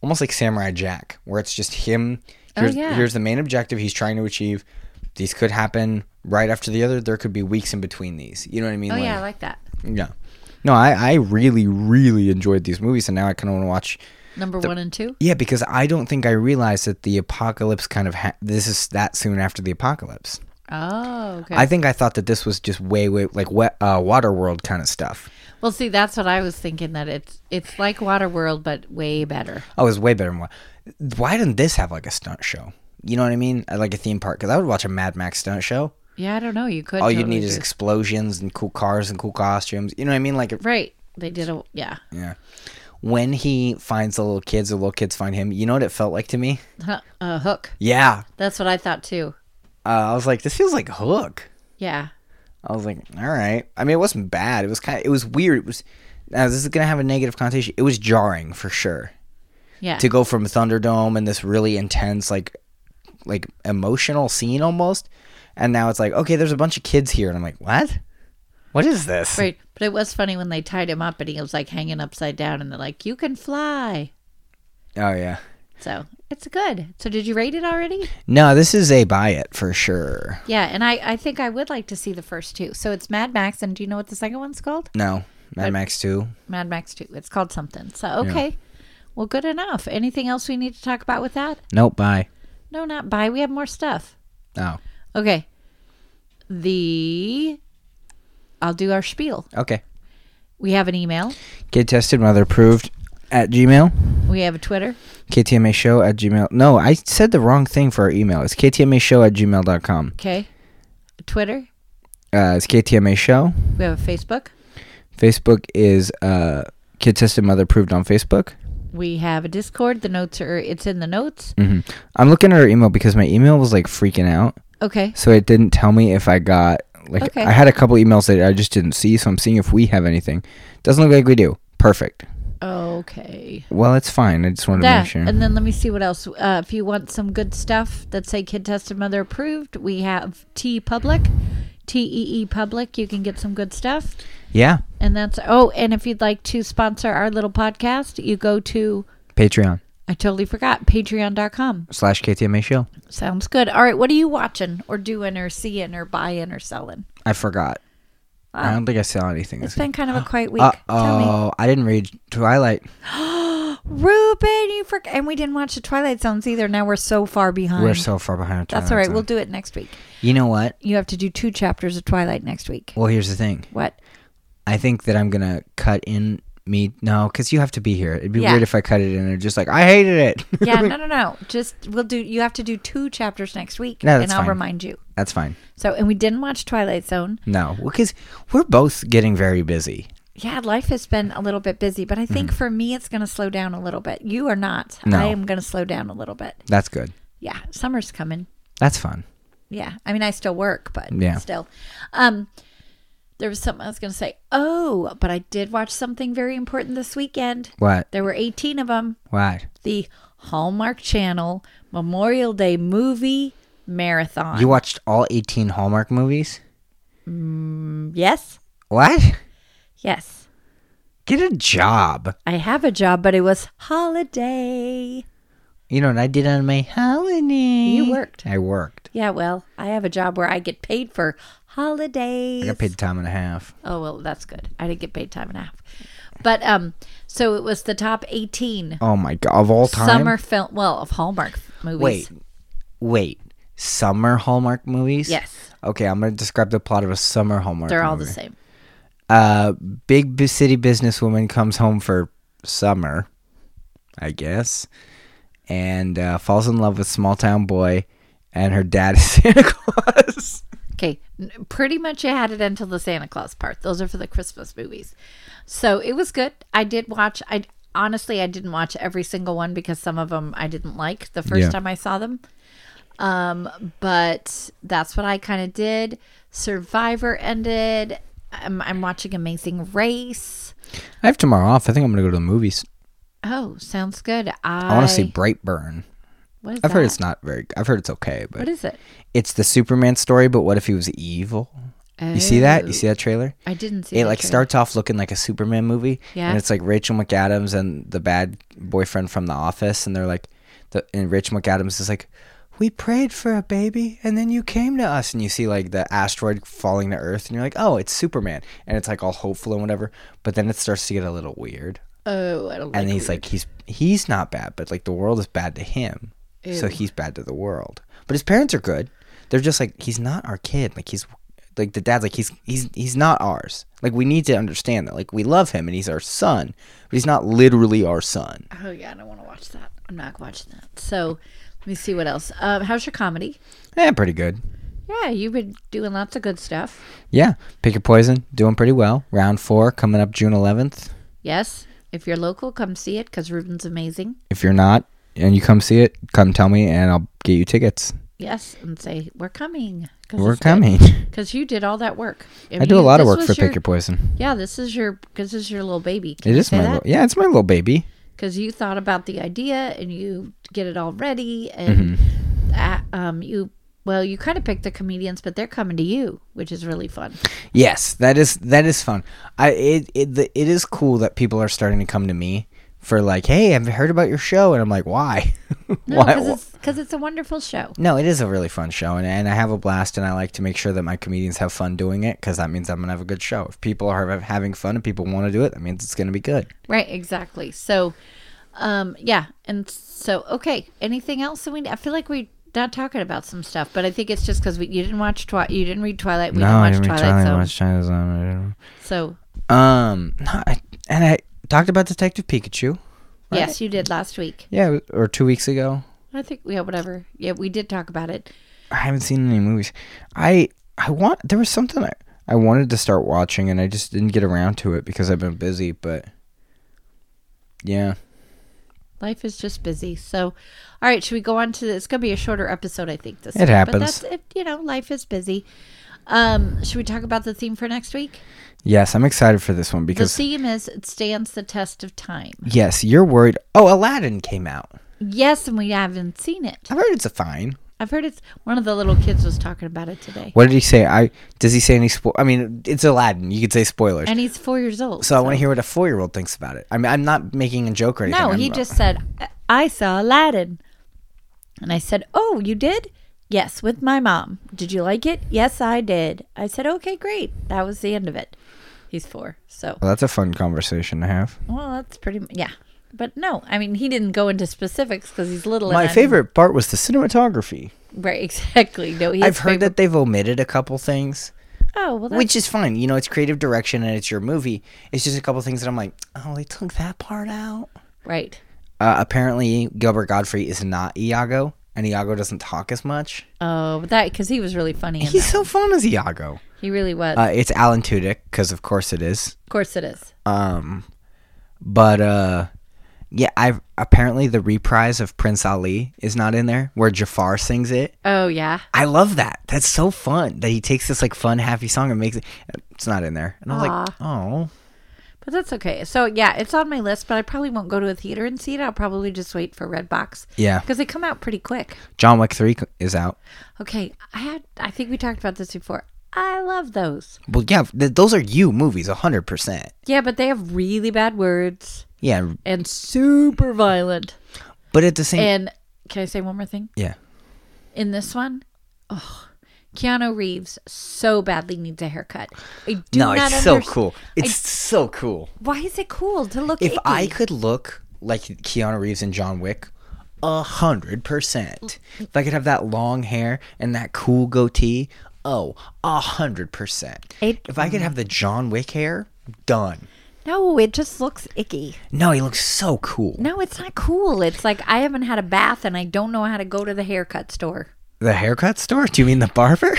Speaker 1: almost like Samurai Jack, where it's just him. Here's,
Speaker 2: Oh, yeah.
Speaker 1: here's the main objective he's trying to achieve. These could happen right after the other. There could be weeks in between these. You know what I mean?
Speaker 2: oh yeah, I like that.
Speaker 1: yeah. No, I, I really, really enjoyed these movies, and now I kind of want to watch
Speaker 2: Number one and two.
Speaker 1: yeah, because I don't think I realized that the apocalypse kind of ha- this is that soon after the apocalypse.
Speaker 2: Oh, okay.
Speaker 1: I think I thought that this was just way way like wet uh, Waterworld kind of stuff.
Speaker 2: well, see, that's what I was thinking. That it's it's like Waterworld, but way better.
Speaker 1: Oh, it was way better than what. Why didn't this have like a stunt show? You know what I mean? Uh, Like a theme park because I would watch a Mad Max stunt show.
Speaker 2: Yeah, I don't know. You could.
Speaker 1: All you
Speaker 2: totally
Speaker 1: need is
Speaker 2: do-
Speaker 1: explosions and cool cars and cool costumes. You know what I mean? Like it-
Speaker 2: right. They did a yeah.
Speaker 1: yeah. When he finds the little kids, the little kids find him. You know what it felt like to me?
Speaker 2: Huh, A hook.
Speaker 1: Yeah,
Speaker 2: That's what I thought too.
Speaker 1: uh, I was like, this feels like Hook.
Speaker 2: Yeah.
Speaker 1: I was like, all right. I mean, it wasn't bad. It was kind of, it was weird. It was, now this is going to have a negative connotation. It was jarring for sure
Speaker 2: Yeah.
Speaker 1: to go from Thunderdome and this really intense, like, like emotional scene almost. And now it's like, okay, there's a bunch of kids here. And I'm like, what? What is this?
Speaker 2: Right. But it was funny when they tied him up and he was like hanging upside down and they're like, "You can fly."
Speaker 1: Oh, yeah.
Speaker 2: So It's good. So did you rate it already?
Speaker 1: No, this is a buy it for sure.
Speaker 2: Yeah, and I, I think I would like to see the first two. So it's Mad Max, and do you know what the second one's called?
Speaker 1: No, Mad Max 2.
Speaker 2: Mad Max 2. It's called something. So, okay. Well, good enough. Anything else we need to talk about with that?
Speaker 1: Nope, buy.
Speaker 2: No, not buy. We have more stuff.
Speaker 1: Oh,
Speaker 2: Okay. The. I'll do our spiel.
Speaker 1: okay.
Speaker 2: We have an email,
Speaker 1: Get tested, mother approved at Gmail.
Speaker 2: we have a Twitter.
Speaker 1: KTMA show at Gmail. No, I said the wrong thing for our email. It's KTMA show at gmail.com.
Speaker 2: Okay. Twitter.
Speaker 1: Uh, it's KTMA show.
Speaker 2: We have a Facebook.
Speaker 1: Facebook is uh, Kid Tested Mother Approved on Facebook.
Speaker 2: We have a Discord. The notes are. It's in the notes.
Speaker 1: hmm I'm looking at our email because my email was like freaking out.
Speaker 2: Okay.
Speaker 1: So it didn't tell me if I got, like,
Speaker 2: Okay.
Speaker 1: I had a couple emails that I just didn't see. So I'm seeing if we have anything. Doesn't look like we do. Perfect.
Speaker 2: Okay.
Speaker 1: Well, it's fine. I just wanted to
Speaker 2: That,
Speaker 1: make sure.
Speaker 2: and then let me see what else. Uh, if you want some good stuff that say kid tested mother approved, we have T Public, T E E Public. You can get some good stuff.
Speaker 1: yeah.
Speaker 2: And that's oh, and if you'd like to sponsor our little podcast, you go to
Speaker 1: Patreon
Speaker 2: I totally forgot patreon.com.
Speaker 1: slash KTMA show.
Speaker 2: Sounds good. All right, what are you watching or doing or seeing or buying or selling?
Speaker 1: I forgot. I don't think I saw anything.
Speaker 2: It's
Speaker 1: This
Speaker 2: been kind of a quiet week.
Speaker 1: uh,
Speaker 2: Tell me.
Speaker 1: oh, I didn't read Twilight.
Speaker 2: Ruben, you forgot and we didn't watch the Twilight Zones either. Now we're so far behind.
Speaker 1: We're so far behind.
Speaker 2: that's
Speaker 1: Twilight
Speaker 2: all right.
Speaker 1: Zone.
Speaker 2: We'll do it next week.
Speaker 1: you know what?
Speaker 2: You have to do two chapters of Twilight next week.
Speaker 1: Well, here's the thing.
Speaker 2: What?
Speaker 1: I think that I'm gonna cut in me. No, because you have to be here. It'd be
Speaker 2: Yeah.
Speaker 1: weird if I cut it in and just like I hated it.
Speaker 2: Yeah, no, no, no. Just we'll do. You have to do two chapters next week,
Speaker 1: No, that's
Speaker 2: and I'll
Speaker 1: fine.
Speaker 2: remind you.
Speaker 1: That's fine.
Speaker 2: So, and we didn't watch Twilight Zone.
Speaker 1: No, because we're both getting very busy.
Speaker 2: Yeah, life has been a little bit busy, but I think for me, it's going to slow down a little bit. You are not.
Speaker 1: Mm. No.
Speaker 2: I am going to slow down a little bit.
Speaker 1: That's good.
Speaker 2: Yeah, summer's coming.
Speaker 1: That's fun.
Speaker 2: Yeah, I mean, I still work, but
Speaker 1: Yeah.
Speaker 2: still. Um, there was something I was going to say. Oh, but I did watch something very important this weekend.
Speaker 1: What?
Speaker 2: There were 18 of them.
Speaker 1: Why?
Speaker 2: the Hallmark Channel Memorial Day movie marathon.
Speaker 1: You watched all 18 Hallmark movies?
Speaker 2: yes,
Speaker 1: What?
Speaker 2: yes.
Speaker 1: Get a job.
Speaker 2: I have a job, but it was holiday.
Speaker 1: You know what I did on my holiday?
Speaker 2: You worked.
Speaker 1: I worked.
Speaker 2: Yeah, well, I have a job where I get paid for
Speaker 1: I
Speaker 2: holidays.
Speaker 1: got paid time and a half.
Speaker 2: Oh well, that's good. I didn't get paid time and a half, but um, so it was the top eighteen
Speaker 1: Oh my god! Of all time.
Speaker 2: summer film. Well, of Hallmark
Speaker 1: Wait,
Speaker 2: movies.
Speaker 1: wait. Summer Hallmark movies?
Speaker 2: Yes,
Speaker 1: Okay, I'm gonna describe the plot of a summer Hallmark.
Speaker 2: they're
Speaker 1: movie.
Speaker 2: all the same.
Speaker 1: Uh, big bu- city businesswoman comes home for summer, I guess, and uh, falls in love with small town boy, and her dad is Santa Claus.
Speaker 2: Okay, n- pretty much you had it until the Santa Claus part. Those are for the Christmas movies. So it was good. I did watch. I honestly I didn't watch every single one because some of them I didn't like the first
Speaker 1: Yeah.
Speaker 2: time I saw them. Um, but that's what I kind of did. Survivor ended. I'm, I'm watching Amazing Race.
Speaker 1: I have tomorrow off. I think I'm gonna go to the movies.
Speaker 2: Oh, sounds good. I,
Speaker 1: I want to see Brightburn.
Speaker 2: What is
Speaker 1: I've heard
Speaker 2: that?
Speaker 1: it's not very. I've heard it's okay, but
Speaker 2: What is it?
Speaker 1: it's the Superman story. But what if he was evil? You see that?
Speaker 2: Oh,
Speaker 1: You see that trailer?
Speaker 2: I didn't see
Speaker 1: It
Speaker 2: that
Speaker 1: like
Speaker 2: trailer.
Speaker 1: starts off looking like a Superman movie,
Speaker 2: Yeah.
Speaker 1: and it's like Rachel McAdams and the bad boyfriend from The Office, and they're like, the and Rachel McAdams is like, "We prayed for a baby, and then you came to us." And you see like the asteroid falling to Earth, and you're like, "Oh, it's Superman," and it's like all hopeful and whatever. But then it starts to get a little weird,
Speaker 2: Oh, I don't. Like
Speaker 1: and he's like, "He's he's not bad, but like the world is bad to him, so he's bad to the world." But his parents are good. They're just like, "He's not our kid. Like he's." Like the dad's like he's he's he's not ours. Like we need to understand that. Like we love him and he's our son, but he's not literally our son.
Speaker 2: Oh yeah, I don't want to watch that. I'm not watching that. So let me see what else. Um, how's your comedy?
Speaker 1: Yeah, Eh, pretty good.
Speaker 2: Yeah, you've been doing lots of good stuff.
Speaker 1: Yeah, pick your poison. Doing pretty well. Round four coming up June eleventh.
Speaker 2: Yes, if you're local, come see it because Ruben's amazing.
Speaker 1: If you're not and you come see it, come tell me and I'll get you tickets.
Speaker 2: Yes, and say we're coming. Cause
Speaker 1: We're coming.
Speaker 2: because you did all that work. If
Speaker 1: I do a
Speaker 2: you-
Speaker 1: lot of
Speaker 2: this
Speaker 1: work
Speaker 2: was
Speaker 1: for
Speaker 2: your,
Speaker 1: pick your poison.
Speaker 2: Yeah, this is your because this is your little baby. Can
Speaker 1: It
Speaker 2: you
Speaker 1: is
Speaker 2: say
Speaker 1: my
Speaker 2: that?
Speaker 1: little, yeah, it's my little baby.
Speaker 2: because you thought about the idea and you get it all ready and
Speaker 1: Mm-hmm.
Speaker 2: uh, um, you well you kind of picked the comedians but they're coming to you which is really fun
Speaker 1: Yes, that is that is fun. I it it, the, it is cool that people are starting to come to me for like, hey, I've heard about your show, and I'm like, why?
Speaker 2: No, because it's, 'cause it's a wonderful show.
Speaker 1: No, it is a really fun show, and, and I have a blast, and I like to make sure that my comedians have fun doing it because that means I'm gonna have a good show. If people are hav- having fun and people want to do it, that means it's gonna be good.
Speaker 2: Right, exactly. So, um, yeah, and so okay. Anything else? That we I feel like we're not talking about some stuff, but I think it's just because we you didn't watch Twilight, you didn't read Twilight, we didn't watch Twilight, Zone.
Speaker 1: China's
Speaker 2: So
Speaker 1: Um, no, I, and I talked about Detective Pikachu. Right.
Speaker 2: yes, you did last week.
Speaker 1: Yeah, or two weeks ago.
Speaker 2: I think yeah, whatever. Yeah, we did talk about it.
Speaker 1: I haven't seen any movies. I I want there was something I, I wanted to start watching and I just didn't get around to it because I've been busy, but yeah.
Speaker 2: Life is just busy. So, all right, should we go on to it's going to be a shorter episode, I think. This
Speaker 1: It
Speaker 2: week,
Speaker 1: happens.
Speaker 2: But that's it, you know, life is busy. Um, should we talk about the theme for next week?
Speaker 1: Yes, I'm excited for this one
Speaker 2: The
Speaker 1: because
Speaker 2: theme is it stands the test of time.
Speaker 1: yes, you're worried. Oh, Aladdin came out.
Speaker 2: Yes, and we haven't seen it.
Speaker 1: I've heard it's a fine.
Speaker 2: I've heard it's one of the little kids was talking about it today,
Speaker 1: What did he say? I does he say any spo- I mean, it's Aladdin. You could say spoilers.
Speaker 2: and he's four years old.
Speaker 1: so I want to hear what a 4-year-old thinks about it. I mean, I'm not making a joke or anything.
Speaker 2: No,
Speaker 1: I'm-
Speaker 2: he just said, "I- "I saw Aladdin," and I said, "Oh, you did? Yes, with my mom. Did you like it? Yes, I did." I said, "Okay, great." That was the end of it. He's four, so
Speaker 1: Well, that's a fun conversation to have.
Speaker 2: well, that's pretty. mu- Yeah, but no, I mean, he didn't go into specifics because he's little. and
Speaker 1: My
Speaker 2: I'm-
Speaker 1: favorite part was the cinematography.
Speaker 2: right? Exactly. No, his
Speaker 1: I've heard
Speaker 2: favorite-
Speaker 1: that they've omitted a couple things.
Speaker 2: Oh well, that's
Speaker 1: which is fine. You know, it's creative direction and it's your movie. It's just a couple things that I'm like, oh, they took that part out.
Speaker 2: right.
Speaker 1: Uh, apparently, Gilbert Godfrey is not Iago, and Iago doesn't talk as much.
Speaker 2: Oh, but that because he was really funny. In
Speaker 1: He's
Speaker 2: that.
Speaker 1: so fun as Iago.
Speaker 2: He really was.
Speaker 1: Uh, it's Alan Tudyk, because of course it is.
Speaker 2: of course, it is.
Speaker 1: Um, but uh, yeah, I've apparently the reprise of Prince Ali is not in there, where Jafar sings it.
Speaker 2: Oh yeah.
Speaker 1: I love that. That's so fun that he takes this like fun, happy song and makes it. It's not in there, and I was like, oh.
Speaker 2: But that's okay. So yeah, it's on my list, but I probably won't go to a theater and see it. I'll probably just wait for Redbox.
Speaker 1: Yeah.
Speaker 2: because they come out pretty quick.
Speaker 1: John Wick 3 c- is out.
Speaker 2: Okay, I had. I think we talked about this before. I love those.
Speaker 1: Well, yeah, th- those are you movies, hundred percent.
Speaker 2: Yeah, but they have really bad words
Speaker 1: Yeah,
Speaker 2: and super violent.
Speaker 1: but at the same,
Speaker 2: And can I say one more thing?
Speaker 1: yeah,
Speaker 2: In this one, oh, Keanu Reeves so badly needs a haircut. I do
Speaker 1: no,
Speaker 2: not
Speaker 1: it's so
Speaker 2: underst-
Speaker 1: cool. It's so cool.
Speaker 2: Why is it cool to look?
Speaker 1: If
Speaker 2: icky?
Speaker 1: I could look like Keanu Reeves and John Wick, hundred percent. If I could have that long hair and that cool goatee, oh, hundred percent.
Speaker 2: It-
Speaker 1: If I could have the John Wick hair, done.
Speaker 2: no, it just looks icky.
Speaker 1: No, he looks so cool.
Speaker 2: No, it's not cool. It's like I haven't had a bath and I don't know how to go to the haircut store.
Speaker 1: The haircut store? Do you mean the barber?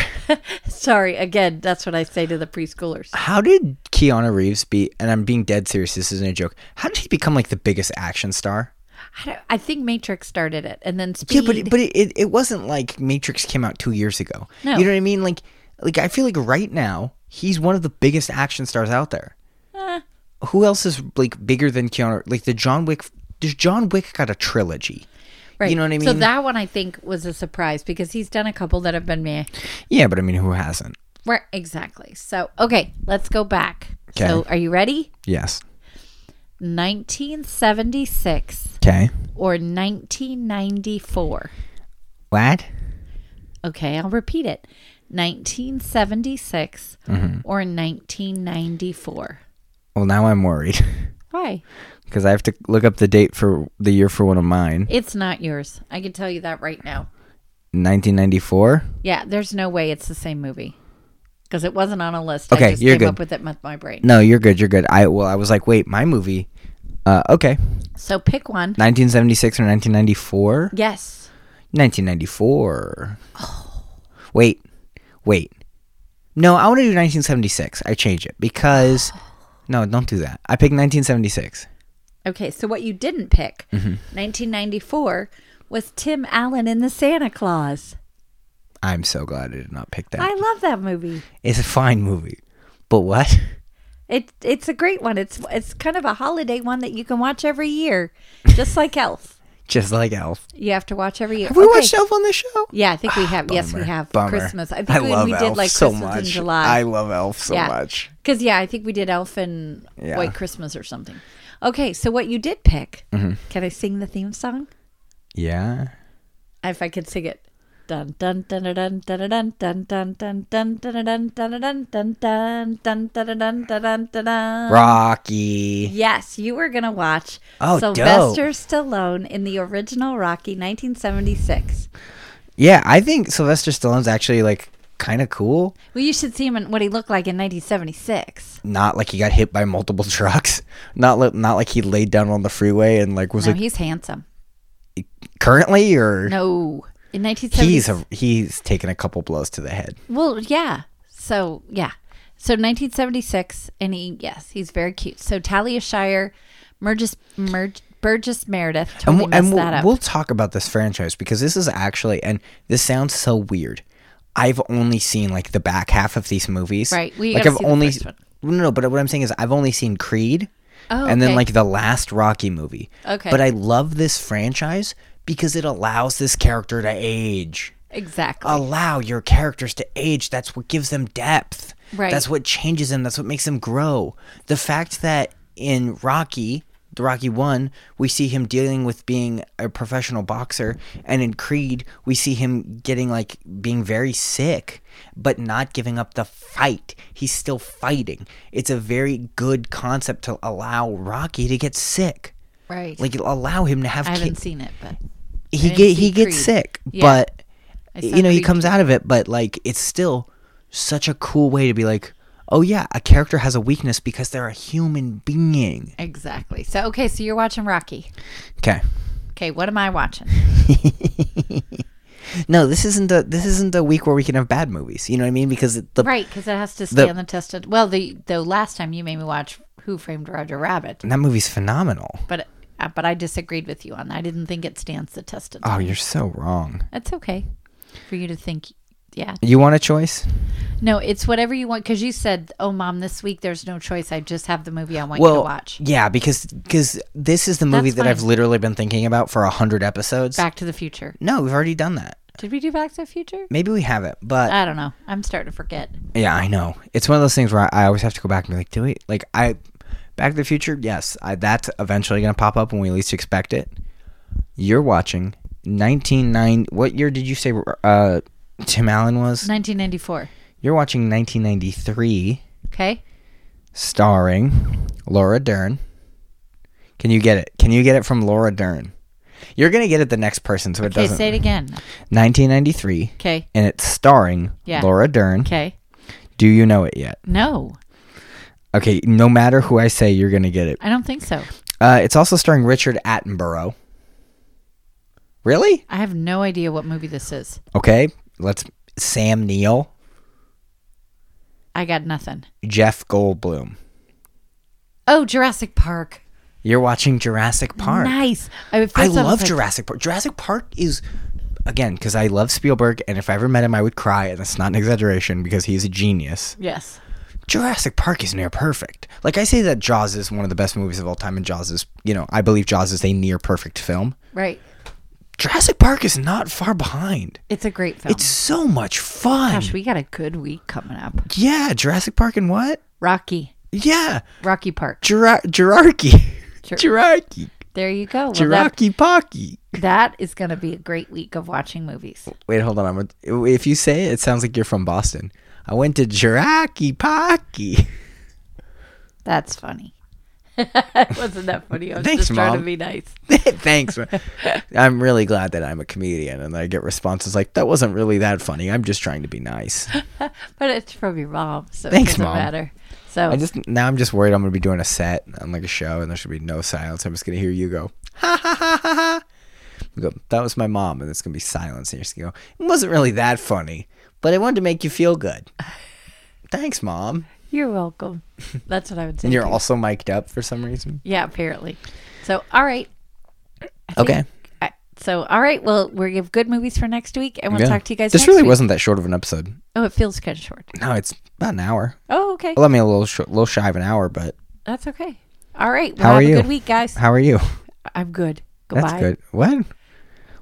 Speaker 2: Sorry, again, that's what I say to the preschoolers.
Speaker 1: How did Keanu Reeves be? And I'm being dead serious. This isn't a joke. How did he become like the biggest action star?
Speaker 2: I, don't- I think Matrix started it, and then
Speaker 1: Yeah,
Speaker 2: Speed.
Speaker 1: but it- but it, it, it wasn't like Matrix came out two years ago.
Speaker 2: No.
Speaker 1: You know what I mean? Like like I feel like right now he's one of the biggest action stars out there.
Speaker 2: Eh.
Speaker 1: Who else is like bigger than Keanu? Like the John Wick. Does John Wick got a trilogy?
Speaker 2: right.
Speaker 1: You know what I mean?
Speaker 2: So that one I think was a surprise because he's done a couple that have been meh.
Speaker 1: yeah, but I mean, who hasn't?
Speaker 2: Right, exactly. So okay, let's go back. So
Speaker 1: Okay.
Speaker 2: are you ready?
Speaker 1: Yes.
Speaker 2: 1976
Speaker 1: Okay.
Speaker 2: or 1994?
Speaker 1: What?
Speaker 2: Okay, I'll repeat it. 1976
Speaker 1: Mm-hmm.
Speaker 2: or 1994.
Speaker 1: Well, now I'm worried
Speaker 2: Why?
Speaker 1: because I have to look up the date for the year for one of mine.
Speaker 2: It's not yours. I can tell you that right now.
Speaker 1: 1994.
Speaker 2: Yeah, there's no way it's the same movie because it wasn't on a list. I
Speaker 1: Okay,
Speaker 2: just
Speaker 1: you're
Speaker 2: came
Speaker 1: good.
Speaker 2: up with it with my brain.
Speaker 1: No, you're good. You're good. I well, I was like, wait, my movie. Uh, okay,
Speaker 2: So pick one.
Speaker 1: 1976 or 1994?
Speaker 2: Yes.
Speaker 1: 1994. Oh. Wait, wait. No, I want to do 1976. I change it because no, don't do that. I picked 1976.
Speaker 2: Okay, so what you didn't pick,
Speaker 1: Mm-hmm.
Speaker 2: 1994, was Tim Allen in The Santa Claus.
Speaker 1: I'm so glad I did not pick that.
Speaker 2: I love that movie.
Speaker 1: it's a fine movie, but what?
Speaker 2: It it's a great one. It's it's kind of a holiday one that you can watch every year, just like Elf.
Speaker 1: Just like Elf.
Speaker 2: You have to watch every year.
Speaker 1: Have we
Speaker 2: Okay.
Speaker 1: watched Elf on this show?
Speaker 2: Yeah, I think we have. yes, we
Speaker 1: Bummer,
Speaker 2: have
Speaker 1: bummer.
Speaker 2: Christmas. I think we,
Speaker 1: love
Speaker 2: we did
Speaker 1: Elf
Speaker 2: like
Speaker 1: so
Speaker 2: Christmas
Speaker 1: much.
Speaker 2: in July.
Speaker 1: I love Elf so
Speaker 2: Yeah.
Speaker 1: much.
Speaker 2: Because yeah, I think we did Elf and
Speaker 1: Yeah.
Speaker 2: White Christmas or something. Okay, so what you did pick? Can I sing the theme song?
Speaker 1: Yeah.
Speaker 2: If I could sing it. Dun dun dun dun dun dun dun dun dun dun dun dun dun dun dun dun dun dun dun dun dun.
Speaker 1: Rocky.
Speaker 2: Yes, you were gonna watch
Speaker 1: Oh, dope.
Speaker 2: Sylvester Stallone in the original Rocky, 1976.
Speaker 1: Yeah, I think Sylvester Stallone's actually like kind of cool.
Speaker 2: Well, you should see him in what he looked like in 1976.
Speaker 1: Not like he got hit by multiple trucks. Not li- not like he laid down on the freeway and like was
Speaker 2: No,
Speaker 1: like
Speaker 2: he's handsome.
Speaker 1: currently or
Speaker 2: No, in 1976.
Speaker 1: he's a, he's taken a couple blows to the head.
Speaker 2: Well, yeah. So yeah. So 1976, and he yes, he's very cute. So Talia Shire, Burgess, Merg, Burgess Meredith
Speaker 1: And,
Speaker 2: totally
Speaker 1: we'll-
Speaker 2: messed
Speaker 1: and
Speaker 2: that
Speaker 1: we'll,
Speaker 2: up.
Speaker 1: we'll talk about this franchise because this is actually and this sounds so weird. I've only seen like the back half of these movies.
Speaker 2: Right, we
Speaker 1: like
Speaker 2: gotta
Speaker 1: I've
Speaker 2: see the
Speaker 1: only
Speaker 2: first one.
Speaker 1: no no. But what I'm saying is I've only seen Creed.
Speaker 2: Oh,
Speaker 1: and then
Speaker 2: okay.
Speaker 1: like the last Rocky movie.
Speaker 2: Okay.
Speaker 1: But I love this franchise because it allows this character to age.
Speaker 2: exactly.
Speaker 1: Allow your characters to age. That's what gives them depth.
Speaker 2: Right.
Speaker 1: That's what changes them. That's what makes them grow. The fact that in Rocky, the Rocky One, we see him dealing with being a professional boxer, and in Creed, we see him getting like being very sick, but not giving up the fight. He's still fighting. It's a very good concept to allow Rocky to get sick.
Speaker 2: right.
Speaker 1: Like allow him to have
Speaker 2: I
Speaker 1: ki-
Speaker 2: haven't seen it, but
Speaker 1: he
Speaker 2: didn't
Speaker 1: get
Speaker 2: see
Speaker 1: he gets
Speaker 2: Creed.
Speaker 1: sick,
Speaker 2: Yeah.
Speaker 1: but
Speaker 2: I saw
Speaker 1: you know he
Speaker 2: Creed
Speaker 1: comes out of it. But like it's still such a cool way to be like, oh yeah, a character has a weakness because they're a human being.
Speaker 2: exactly. So okay, so you're watching Rocky.
Speaker 1: Okay.
Speaker 2: Okay, what am I watching?
Speaker 1: No, this isn't a this isn't a week where we can have bad movies. You know what I mean? Because it- the
Speaker 2: right, because it has to stay
Speaker 1: The-
Speaker 2: on the test of. Well, the the last time you made me watch Who Framed Roger Rabbit,
Speaker 1: that movie's phenomenal.
Speaker 2: but uh, but I disagreed with you on that. I didn't think it stands the test of.
Speaker 1: Oh, you're so wrong.
Speaker 2: That's okay for you to think. Yeah,
Speaker 1: You want a choice?
Speaker 2: No, it's whatever you want because you said, "Oh, mom, this week there's no choice. I just have the movie I want you to watch."
Speaker 1: yeah, because because this is the movie
Speaker 2: That's
Speaker 1: that I've
Speaker 2: fine.
Speaker 1: literally been thinking about for a hundred episodes.
Speaker 2: Back to the Future.
Speaker 1: no, we've already done that.
Speaker 2: Did we do Back to the Future?
Speaker 1: Maybe we haven't, but
Speaker 2: I don't know. I'm starting to forget.
Speaker 1: Yeah, I know. It's one of those things where I, I always have to go back and be like, do we like I Back to the Future? Yes, I, that's eventually going to pop up when we least expect it. You're watching 199 What year did you say uh Tim Allen was?
Speaker 2: 1994.
Speaker 1: You're watching 1993
Speaker 2: Okay.
Speaker 1: starring Laura Dern. Can you get it? Can you get it from Laura Dern? You're going to get it the next person so it
Speaker 2: Okay.
Speaker 1: doesn't.
Speaker 2: Say it again.
Speaker 1: 1993
Speaker 2: Okay.
Speaker 1: and it's starring
Speaker 2: Yeah.
Speaker 1: Laura Dern.
Speaker 2: Okay.
Speaker 1: Do you know it yet?
Speaker 2: No,
Speaker 1: Okay, no matter who I say, you're gonna get it.
Speaker 2: I don't think so.
Speaker 1: Uh, it's also starring Richard Attenborough. Really?
Speaker 2: I have no idea what movie this is.
Speaker 1: Okay, let's. Sam Neill,
Speaker 2: I got nothing.
Speaker 1: Jeff Goldblum.
Speaker 2: Oh, Jurassic Park.
Speaker 1: You're watching Jurassic Park.
Speaker 2: Nice. I, at
Speaker 1: I
Speaker 2: first was
Speaker 1: love
Speaker 2: like,
Speaker 1: Jurassic Park. Jurassic Park is, again, because I love Spielberg, and if I ever met him, I would cry, and that's not an exaggeration because he's a genius.
Speaker 2: Yes.
Speaker 1: Jurassic Park is near perfect. Like I say that Jaws is one of the best movies of all time, and Jaws is, you know, I believe Jaws is a near perfect film.
Speaker 2: Right.
Speaker 1: Jurassic Park is not far behind.
Speaker 2: It's a great film.
Speaker 1: It's so much fun.
Speaker 2: Gosh, we got a good week coming up.
Speaker 1: Yeah, Jurassic Park and what?
Speaker 2: Rocky.
Speaker 1: Yeah,
Speaker 2: Rocky Park.
Speaker 1: Jura- Jurarchy. Jurarchy.
Speaker 2: There you go. Well, that-
Speaker 1: Jurarchy Pocky.
Speaker 2: That is going to be a great week of watching movies.
Speaker 1: Wait, hold on. I'm, if you say it, it sounds like you're from Boston. I went to Jurarchy Pocky.
Speaker 2: That's funny. Wasn't that funny? I was
Speaker 1: Thanks,
Speaker 2: just trying
Speaker 1: Mom.
Speaker 2: to be nice.
Speaker 1: Thanks. man. I'm really glad that I'm a comedian and I get responses like, that wasn't really that funny. I'm just trying to be nice.
Speaker 2: But it's from your mom, so
Speaker 1: Thanks,
Speaker 2: it doesn't
Speaker 1: Mom.
Speaker 2: matter. So
Speaker 1: I just, now I'm just worried I'm going to be doing a set on like a show and there should be no silence. I'm just going to hear you go, ha ha ha ha ha. You go, that was my mom, and it's gonna be silence. And you're just gonna go, it wasn't really that funny, but I wanted to make you feel good. Thanks, mom.
Speaker 2: you're welcome. That's what I would say.
Speaker 1: And you're
Speaker 2: too.
Speaker 1: also mic'd up for some reason.
Speaker 2: yeah, apparently. So, all right.
Speaker 1: Okay,
Speaker 2: I- So, all right. Well, we have good movies for next week, and we'll
Speaker 1: Yeah.
Speaker 2: talk to you guys.
Speaker 1: This
Speaker 2: next
Speaker 1: really
Speaker 2: week.
Speaker 1: wasn't that short of an episode.
Speaker 2: Oh, it feels kind of short.
Speaker 1: No, it's about an hour.
Speaker 2: Oh, okay.
Speaker 1: Well, I mean, a little, sh- little shy of an hour, but
Speaker 2: That's okay. All right. Well,
Speaker 1: How
Speaker 2: have
Speaker 1: are you?
Speaker 2: a good week, guys.
Speaker 1: how are you?
Speaker 2: I'm good. Goodbye.
Speaker 1: That's good. What?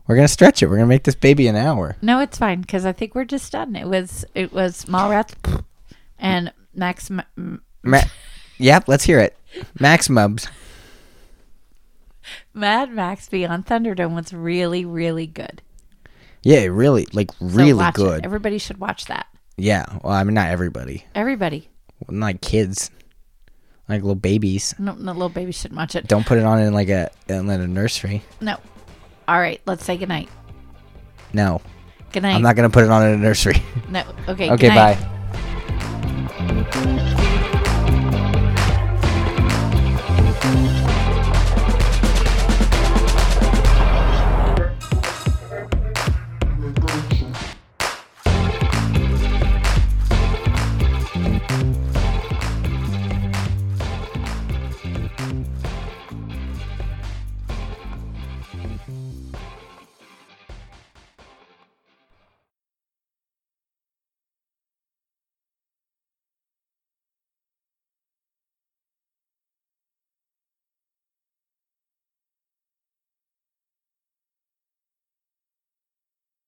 Speaker 1: We're gonna stretch it. We're gonna make this baby an hour.
Speaker 2: No, it's fine because I think we're just done. It was it was Mallrats and Max. M-
Speaker 1: Ma- yep, let's hear it. Max Mubs.
Speaker 2: Mad Max Beyond Thunderdome was really, really good.
Speaker 1: Yeah, really, like
Speaker 2: So
Speaker 1: really
Speaker 2: watch it.
Speaker 1: good.
Speaker 2: Everybody should watch that.
Speaker 1: Yeah. Well, I mean, not everybody.
Speaker 2: Everybody.
Speaker 1: Like kids, like little babies.
Speaker 2: No, no little baby shouldn't watch it.
Speaker 1: Don't put it on in like a in a nursery.
Speaker 2: No. All right, let's say goodnight.
Speaker 1: No,
Speaker 2: Goodnight.
Speaker 1: I'm not gonna put it on in a nursery.
Speaker 2: No. Okay.
Speaker 1: okay,
Speaker 2: goodnight.
Speaker 1: bye.